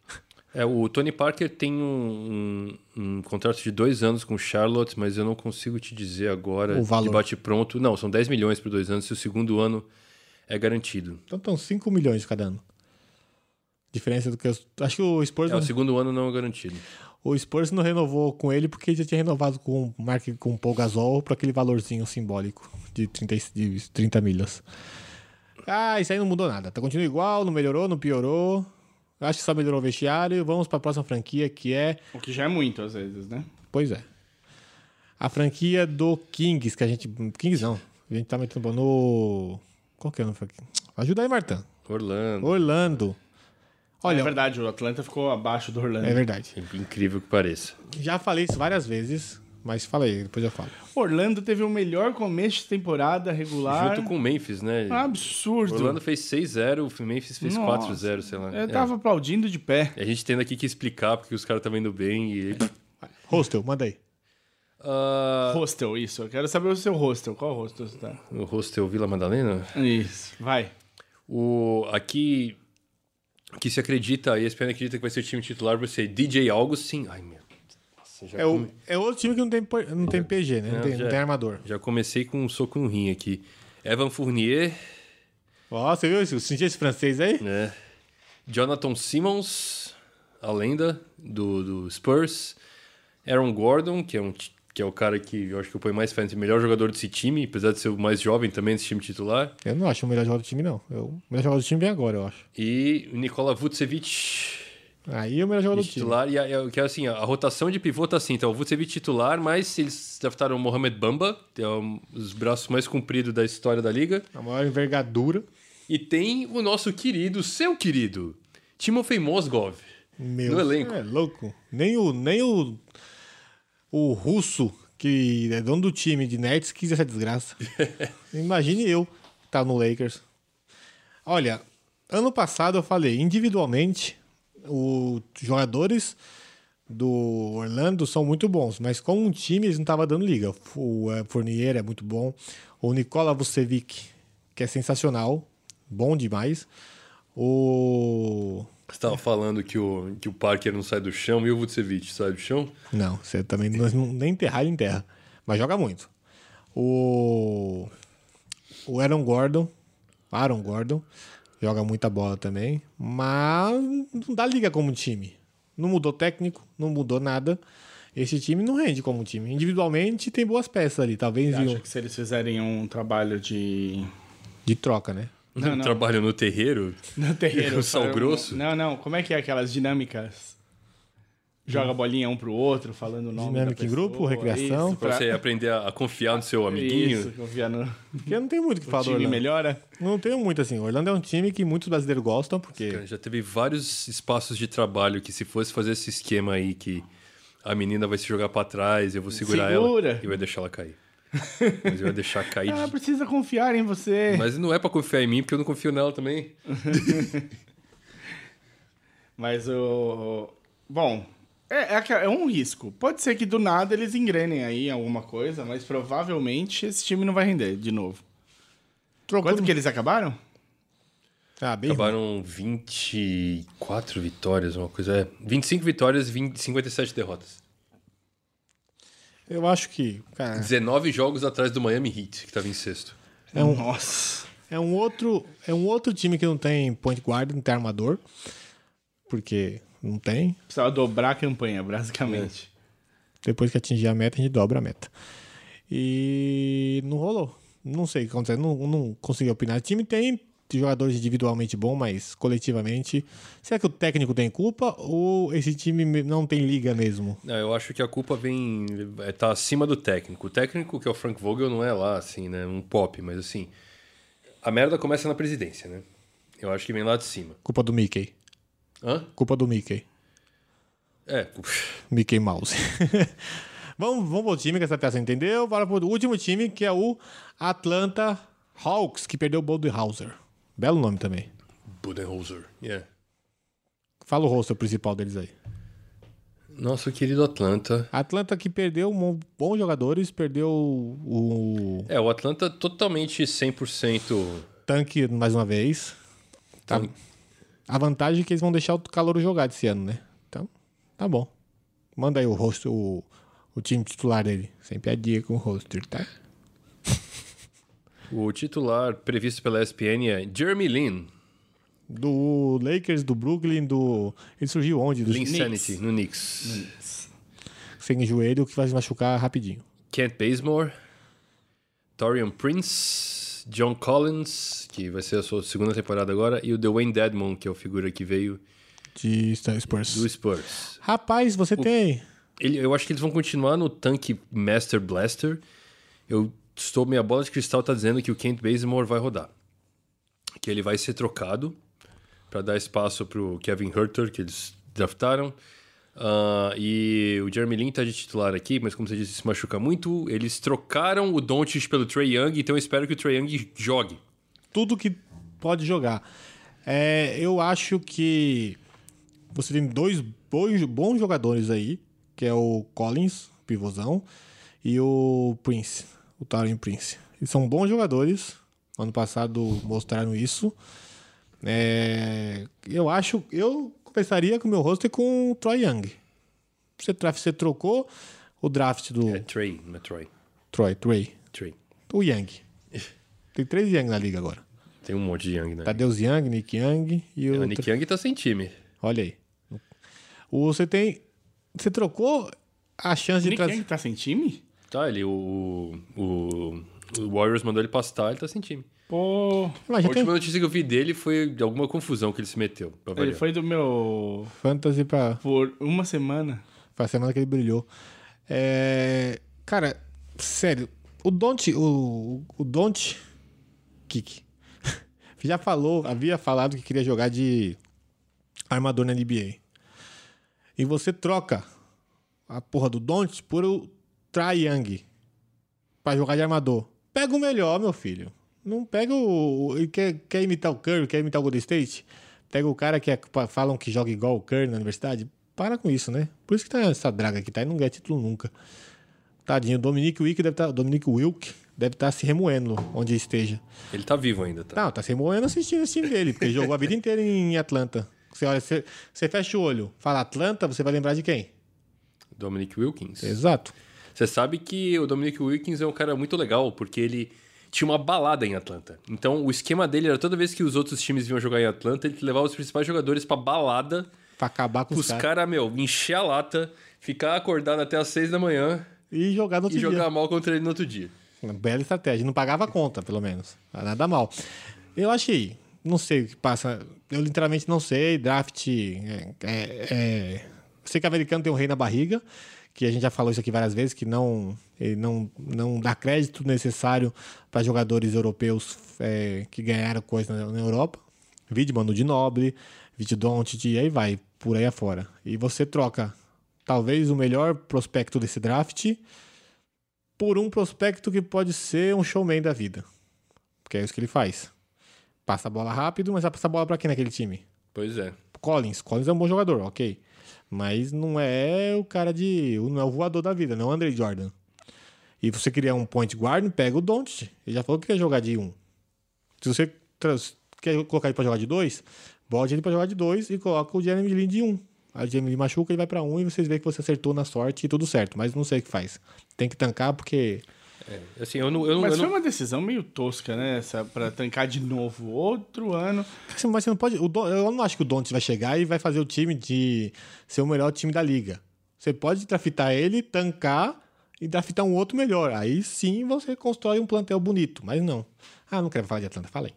Speaker 1: É, o Tony Parker tem um, um- um contrato de dois anos com o Charlotte, mas eu não consigo te dizer agora
Speaker 2: O valor.
Speaker 1: de bate-pronto. Não, são 10 milhões por dois anos, se o segundo ano é garantido.
Speaker 2: Então estão 5 milhões cada ano. Diferença do que os, Acho que o Spurs,
Speaker 1: É, o
Speaker 2: não,
Speaker 1: segundo ano não é garantido.
Speaker 2: o Spurs não renovou com ele porque já tinha renovado com o Mark com o Paul Gasol por aquele valorzinho simbólico de 30, e- de 30 milhas. Ah, isso aí não mudou nada. Tá continua igual, não melhorou, não piorou. Eu Acho que só melhorou o vestiário. Vamos pra próxima franquia que é
Speaker 3: O que já é muito às vezes, né?
Speaker 2: Pois é. A franquia do Kings, que a gente. Kings não. A gente tá metendo bom no. Qual que é o nome? da franquia? Ajuda aí, Martã.
Speaker 1: Orlando.
Speaker 2: Orlando. Olha,
Speaker 3: é verdade, o Atlanta ficou abaixo do Orlando.
Speaker 2: é verdade.
Speaker 1: Incrível que pareça.
Speaker 2: Já falei isso várias vezes, mas fala aí, depois eu falo.
Speaker 3: Orlando teve o melhor começo de temporada regular. É um
Speaker 1: Junto com o Memphis, né?
Speaker 3: Absurdo.
Speaker 1: Orlando fez 6-0, o Memphis fez
Speaker 3: Ah, Nossa.
Speaker 1: 4-0, sei lá.
Speaker 3: Eu tava aplaudindo de pé.
Speaker 1: É. A gente tendo aqui que explicar porque os caras estão indo bem e.
Speaker 2: Hostel, manda aí.
Speaker 1: Ah,
Speaker 3: Hostel, isso. Eu quero saber o seu hostel. Qual hostel você tá?
Speaker 1: o hostel Vila Madalena?
Speaker 3: Isso. Vai.
Speaker 1: O, aqui que se acredita, a ESPN acredita que vai ser o time titular, vai ser DJ Augustin. Ai, meu. Nossa, já,
Speaker 2: É, o, é outro time que não tem, po- não tem PG, né? Não,
Speaker 1: Não,
Speaker 2: tem, não
Speaker 1: já-
Speaker 2: tem armador.
Speaker 1: já comecei com um soco no rim aqui. Evan Fournier,
Speaker 2: Ó, você viu isso? Sentiu esse francês aí?
Speaker 1: né? Jonathan Simmons, a lenda do, do Spurs. Aaron Gordon, que é, um, ti- que é o cara que eu acho que eu ponho mais fé entre o melhor jogador desse time, apesar de ser o mais jovem também desse time titular.
Speaker 2: Eu não acho o melhor jogador do time, não. Eu, o melhor jogador do time vem agora, eu acho.
Speaker 1: E o Nikola Vucevic,
Speaker 2: Aí é o melhor jogador do time.
Speaker 1: titular. E a- é o que é assim, a a rotação de pivô tá assim. Então, o Vucevic titular, mas eles draftaram o Mohamed Bamba, que é um, os braços mais compridos da história da liga.
Speaker 2: A maior envergadura.
Speaker 1: E tem o nosso querido, seu querido, Timofey Mozgov.
Speaker 2: Meu,
Speaker 1: No
Speaker 2: você
Speaker 1: elenco.
Speaker 2: É louco. Nem o, nem o, o russo, que é dono do time de Nets, quis essa desgraça. Imagine eu que tá no Lakers. Olha, ano passado eu falei individualmente, os jogadores do Orlando são muito bons, mas como um time eles não estavam dando liga. O eh, Fournier é muito bom, o Nikola Vucevic, que é sensacional, bom demais. O
Speaker 1: Você tava falando que o, que o Parker não sai do chão e o Vucevic sai do chão?
Speaker 2: Não, você também nós não, nem enterrar ele enterra. Mas joga muito. O. O Aaron Gordon. Aaron Gordon. Joga muita bola também. Mas não dá liga como time. Não mudou técnico, não mudou nada. Esse time não rende como time. Individualmente tem boas peças ali. Talvez
Speaker 3: Você
Speaker 2: de,
Speaker 3: acha que se eles fizerem um trabalho de.
Speaker 2: de troca, né?
Speaker 1: Não,
Speaker 3: não.
Speaker 1: Trabalham no terreiro?
Speaker 3: No terreiro.
Speaker 1: O sal
Speaker 3: fazer um-
Speaker 1: grosso?
Speaker 3: Não, não. Como é que é aquelas dinâmicas? Joga a bolinha um pro outro, falando o nome.
Speaker 2: Hum. Dinâmica
Speaker 3: da
Speaker 2: em grupo,
Speaker 3: pessoa,
Speaker 2: recreação.
Speaker 3: Isso,
Speaker 1: Pra
Speaker 3: pra...
Speaker 1: você aprender a, a confiar no seu amiguinho?
Speaker 3: Isso, confiar no
Speaker 2: Porque eu não tenho muito o que falar
Speaker 3: o
Speaker 2: do
Speaker 3: Um time
Speaker 2: Orlando.
Speaker 3: melhora.
Speaker 2: Não tenho muito assim. O Orlando é um time que muitos brasileiros gostam, porque.
Speaker 1: Cara, É, já teve vários espaços de trabalho que se fosse fazer esse esquema aí que a menina vai se jogar pra trás, eu vou segurar
Speaker 3: Segura. Ah,
Speaker 1: ela e vai deixar ela cair. Mas eu ia deixar cair.
Speaker 3: Ela
Speaker 1: de-
Speaker 3: precisa confiar em você.
Speaker 1: Mas não é pra confiar em mim, porque eu não confio nela também.
Speaker 3: Mas o. Bom, é, é aqua- é um risco. Pode ser que do nada eles engrenem aí em alguma coisa, mas provavelmente esse time não vai render de novo.
Speaker 2: Trocou.
Speaker 3: Quanto que eles acabaram?
Speaker 2: Ah, bem. ruim.
Speaker 1: Acabaram 24 vitórias, uma coisa. É, 25 vitórias e 20 57 derrotas.
Speaker 2: Eu acho que. Cara,
Speaker 1: 19 jogos atrás do Miami Heat, que tava em sexto.
Speaker 2: é um,
Speaker 3: Nossa.
Speaker 2: É um outro, é um outro time que não tem point guard, não tem armador. Porque não tem.
Speaker 3: Precisava dobrar a campanha, basicamente.
Speaker 2: Depois que atingir a meta, a gente dobra a meta. E não rolou. Não sei o que aconteceu. Não, não consegui opinar. O time tem jogadores individualmente bom, mas coletivamente. Será que o técnico tem culpa ou esse time me- não tem liga mesmo?
Speaker 1: Não, É, eu acho que a culpa vem. é, tá acima do técnico. O técnico, que é o Frank Vogel, não é lá, assim, né? Um pop, mas assim. A merda começa na presidência, né? Eu acho que vem lá de cima.
Speaker 2: Culpa do Mickey.
Speaker 1: Hã?
Speaker 2: Culpa do Mickey.
Speaker 1: É, puxa.
Speaker 2: Mickey Mouse. vamos, vamos pro time que essa peça entendeu. Bora pro último time, que é o Atlanta Hawks, que perdeu o Bodenhauser. Belo nome também.
Speaker 1: Budenholzer. Yeah.
Speaker 2: Fala o rosto principal deles aí.
Speaker 1: Nosso querido Atlanta.
Speaker 2: Atlanta que perdeu um bons jogadores, perdeu o
Speaker 1: É, o Atlanta totalmente 100%.
Speaker 2: tanque mais uma vez. Tá.
Speaker 1: Tanque.
Speaker 2: A vantagem é que eles vão deixar o calor jogar desse ano, né? Então, tá bom. Manda aí o rosto, o, o time titular dele. Sem piadinha com o roster, tá?
Speaker 1: O titular previsto pela ESPN é Jeremy Lin.
Speaker 2: Do Lakers, do Brooklyn, do. Ele surgiu onde? Do
Speaker 1: Lin Sanity, no Knicks.
Speaker 2: Sem joelho que vai se machucar rapidinho.
Speaker 1: Kent Bazemore, Torian Prince, John Collins, que vai ser a sua segunda temporada agora, e o Dwayne Dedmon, que é o figura que veio
Speaker 2: De Stan Spurs.
Speaker 1: do Spurs.
Speaker 2: Rapaz, você tem.
Speaker 1: Ele- eu acho que eles vão continuar no tanque Master Blaster. Eu estou minha bola de cristal tá dizendo que o Kent Bazemore vai rodar, que ele vai ser trocado para dar espaço para o Kevin Herter que eles draftaram. Ah, e o Jeremy Lin tá de titular aqui, mas como você disse, se machuca muito. Eles trocaram o Doncic pelo Trey Young, então eu espero que o Trey Young jogue.
Speaker 2: tudo que pode jogar. É, eu acho que você tem dois bons, bons jogadores aí, que é o Collins, pivôzão, e o Prince, o Tarim Prince. Eles são bons jogadores. Ano passado mostraram isso. É, eu acho, eu começaria com o meu roster com o Troy Young. Você, tra- você trocou o draft do
Speaker 1: É Trey, não é Troy.
Speaker 2: Troy, Trey,
Speaker 1: Trey.
Speaker 2: o Young. Tem três Young na liga agora.
Speaker 1: Tem um monte de Young, né?
Speaker 2: Tadeu Young, Tá Nick Young e o.
Speaker 1: O Nick Young tá sem time.
Speaker 2: Olha aí. O, você tem. Você trocou a chance de
Speaker 3: Nick
Speaker 2: trazer.
Speaker 3: Young tá sem time?
Speaker 1: Tá, ele, o, o, o Warriors mandou ele pastar, ele tá sem time.
Speaker 3: Pô.
Speaker 2: Mas já
Speaker 1: a
Speaker 2: tem
Speaker 1: última notícia que eu vi dele foi de alguma confusão que ele se meteu. pra
Speaker 3: Ele
Speaker 1: variar.
Speaker 3: foi do meu.
Speaker 2: fantasy pra,
Speaker 3: Por uma semana.
Speaker 2: pra semana que ele brilhou. É, cara, sério. O Don't. O, o Don't. Kick. Já falou, havia falado que queria jogar de armador na NBA. E você troca a porra do Don't por o Trae Young pra jogar de armador. Pega o melhor, meu filho. Não pega o. o- ele Quer, quer imitar o Curry, quer imitar o Golden State? Pega o cara que é- pa- falam que joga igual o Curry na universidade? Para com isso, né? Por isso que tá essa draga aqui, tá? E não ganha título nunca. Tadinho, o Dominique Wilk deve tá, Dominique Wilk deve estar se remoendo onde esteja.
Speaker 1: Ele tá vivo ainda, tá?
Speaker 2: Não, tá se remoendo assistindo esse time dele, porque ele jogou a vida inteira em Atlanta. Você olha, você, você fecha o olho, fala Atlanta, você vai lembrar de quem?
Speaker 1: Dominic Wilkins.
Speaker 2: Exato.
Speaker 1: Você sabe que o Dominic Wilkins é um cara muito legal, porque ele tinha uma balada em Atlanta. Então, o esquema dele era toda vez que os outros times vinham jogar em Atlanta, ele levava os principais jogadores pra balada,
Speaker 2: Pra acabar com os,
Speaker 1: os
Speaker 2: caras.
Speaker 1: caras, meu, encher a lata, ficar acordado até as seis da manhã
Speaker 2: E jogar no outro
Speaker 1: e
Speaker 2: dia.
Speaker 1: jogar mal contra ele no outro dia.
Speaker 2: Uma bela estratégia. Não pagava a conta, pelo menos. Nada mal. Eu achei. Não sei o que passa. Eu literalmente não sei. Draft. É, é- é- Sei que americano tem um rei na barriga, que a gente já falou isso aqui várias vezes, que não, ele não, não dá crédito necessário para jogadores europeus é, que ganharam coisa na, na Europa. Vídeo, mano, de nobre, vídeo Doncic, e aí vai, por aí afora. E você troca talvez o melhor prospecto desse draft por um prospecto que pode ser um showman da vida. Porque é isso que ele faz. Passa a bola rápido, mas vai passar a bola pra quem naquele time?
Speaker 1: Pois é.
Speaker 2: Collins. Collins é um bom jogador, ok. Mas não é o cara de. Não é o voador da vida, não é o Andrei Jordan. E você queria um point guard, pega o Don't. Ele já falou que quer jogar de um. Se você trans- quer colocar ele pra jogar de dois, bote ele pra jogar de dois e coloca o Jeremy Lin de um. Aí o Jeremy Lin machuca, ele vai pra um e vocês veem que você acertou na sorte e tudo certo. Mas não sei o que faz. Tem que tancar porque
Speaker 1: Assim, eu não. Eu não,
Speaker 3: Mas
Speaker 1: eu
Speaker 3: foi
Speaker 1: não...
Speaker 3: uma decisão meio tosca, né? Essa, pra tancar de novo outro ano.
Speaker 2: Você- Mas você não pode. o Don- eu não acho que o Doncic vai chegar e vai fazer o time de ser o melhor time da liga. Você pode draftar ele, tancar e draftar um outro melhor. Aí sim você constrói um plantel bonito, mas não. Ah, não quero falar de Atlanta, falei.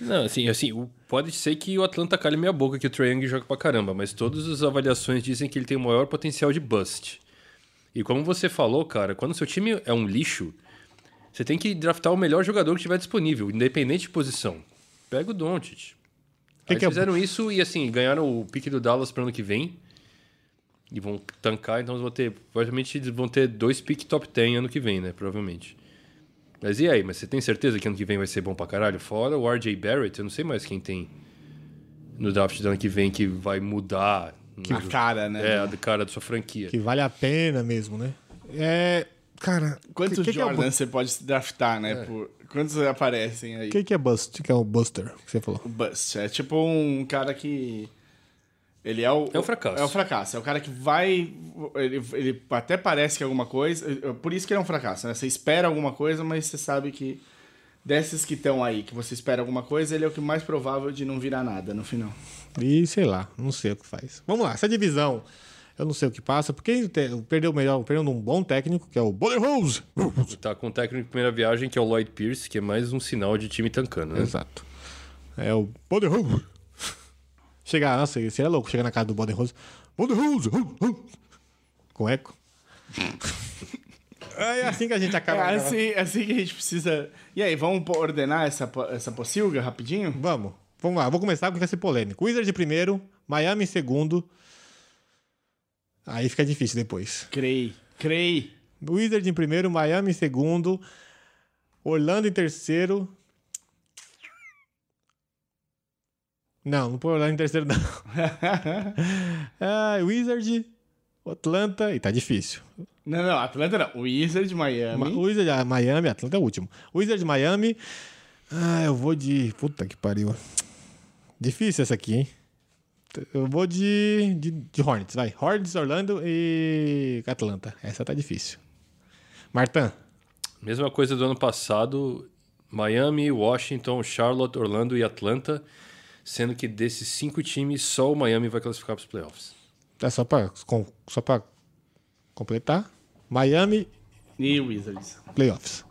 Speaker 1: Não, assim, assim, o- pode ser que o Atlanta calhe meia boca que o Trae Young joga pra caramba, mas todas as avaliações dizem que ele tem o maior potencial de bust. E como você falou, cara, quando seu time é um lixo, você tem que draftar o melhor jogador que tiver disponível, independente de posição. Pega o Doncic.
Speaker 2: Que
Speaker 1: Eles
Speaker 2: que é-
Speaker 1: fizeram isso e assim, ganharam o pique do Dallas pro ano que vem. E vão tancar, então eles vão ter. Provavelmente eles vão ter dois piques top 10 ano que vem, né? Provavelmente. Mas e aí? Mas você tem certeza que ano que vem vai ser bom pra caralho? Fora o RJ Barrett, eu não sei mais quem tem no draft do ano que vem que vai mudar
Speaker 3: A cara, né?
Speaker 1: é, a do cara da sua franquia.
Speaker 2: Que vale a pena mesmo, né? É. Cara.
Speaker 3: Quantos
Speaker 2: que, que
Speaker 3: Jordan
Speaker 2: é o bu-
Speaker 3: você pode draftar,
Speaker 1: É.
Speaker 3: né? Por... Quantos aparecem aí?
Speaker 2: que, que é Bust? Que é o Buster que você falou?
Speaker 3: Bust. É tipo um cara que. Ele é o.
Speaker 1: É um fracasso.
Speaker 3: É o fracasso. É o cara que vai. Ele, ele até parece que é alguma coisa. Por isso que ele é um fracasso, né? Você espera alguma coisa, mas você sabe que. Desses que estão aí, que você espera alguma coisa, ele é o que mais provável de não virar nada no final.
Speaker 2: E sei lá, não sei o que faz. Vamos lá, essa divisão. Eu não sei o que passa, porque te- perdeu o melhor, perdeu um bom técnico, que é o Boller Rose.
Speaker 1: Tá com o técnico de primeira viagem, que é o Lloyd Pierce, que é mais um sinal de time tancando, né?
Speaker 2: Exato. É o Boller Rose. Chegar, nossa, seria é louco chegar na casa do Boller Rose. Boller Rose! Rose, Rose. Com eco. É assim que a gente acaba.
Speaker 3: É
Speaker 2: a gravação.
Speaker 3: assim, é assim que a gente precisa. E aí, vamos po- ordenar essa, po- essa pocilga rapidinho?
Speaker 2: Vamos, vamos lá. Vou começar com esse polêmico. Wizard em primeiro, Miami em segundo. Aí fica difícil depois.
Speaker 3: Crei. Crei.
Speaker 2: Wizard em primeiro, Miami em segundo, Orlando em terceiro. Não, não põe Orlando em terceiro, não. Ah, Wizard, Atlanta. E tá difícil.
Speaker 3: Não, não, Atlanta não. Wizard, Miami.
Speaker 2: Ma Wizard, ah, Miami, Atlanta é o último. Wizard, Miami. Ah, eu vou de. Puta que pariu. Difícil essa aqui, hein? Eu vou de, de, de Hornets, vai. Hornets, Orlando e Atlanta. Essa tá difícil. Martã,
Speaker 1: Mesma coisa do ano passado, Miami, Washington, Charlotte, Orlando e Atlanta, sendo que desses cinco times, só o Miami vai classificar para os playoffs.
Speaker 2: é só pra, com- só pra completar. Miami,
Speaker 3: E Wizards.
Speaker 2: playoffs.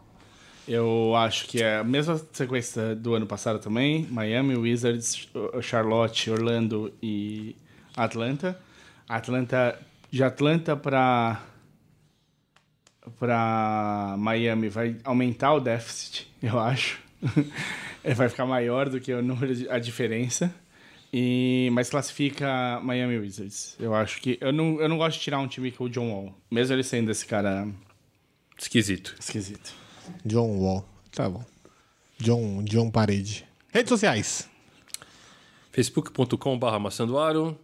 Speaker 3: Eu acho que é a mesma sequência do ano passado também. Miami, Wizards, Charlotte, Orlando e Atlanta. Atlanta de Atlanta para para Miami vai aumentar o déficit, eu acho. É, vai ficar maior do que o número de, a diferença. E mas classifica Miami Wizards. Eu acho que eu não, eu não gosto de tirar um time que o John Wall, mesmo ele sendo esse cara
Speaker 1: Esquisito.
Speaker 3: esquisito.
Speaker 2: John Wall. Tá bom. John, John Parede. Redes sociais.
Speaker 1: facebook.com.br amassandoaro,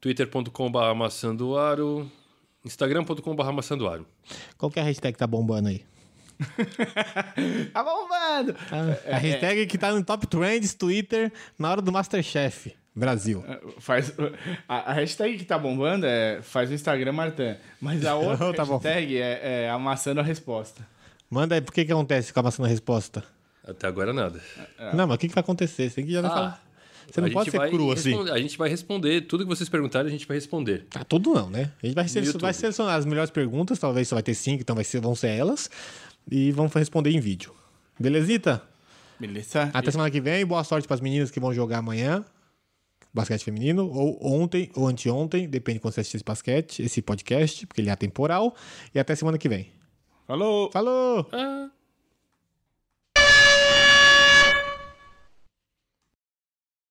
Speaker 1: twitter.com.br amassandoaro, instagram.com.br amassandoaro.
Speaker 2: Qual que é a hashtag que tá bombando aí?
Speaker 3: Tá bombando!
Speaker 2: A hashtag que tá no top trends Twitter na hora do Masterchef Brasil.
Speaker 3: Faz, a, a hashtag que tá bombando é faz o Instagram Martã, mas a outra
Speaker 2: Tá bom.
Speaker 3: hashtag é, é amassando a resposta.
Speaker 2: Manda aí, por que que acontece com a maçã na resposta?
Speaker 1: Até agora nada.
Speaker 2: Não, mas o que que vai acontecer? Você, tem que já vai falar. Você não
Speaker 1: É. Ah, A
Speaker 2: pode
Speaker 1: gente
Speaker 2: ser
Speaker 1: vai
Speaker 2: cru assim.
Speaker 1: responder- A gente vai responder, tudo que vocês perguntarem, a gente vai responder.
Speaker 2: Tá tudo não, né? A gente vai, sele-
Speaker 1: YouTube.
Speaker 2: vai selecionar as melhores perguntas, talvez só vai ter cinco, então vai ser, vão ser elas. E vamos responder em vídeo. Belezita?
Speaker 3: Beleza?
Speaker 2: Até semana que vem. Boa sorte para as meninas que vão jogar amanhã. Basquete feminino, ou ontem, ou anteontem, depende de quando você assistir esse basquete, esse podcast, porque ele é atemporal. E até semana que vem.
Speaker 3: Falou!
Speaker 2: Falou!
Speaker 1: Ah.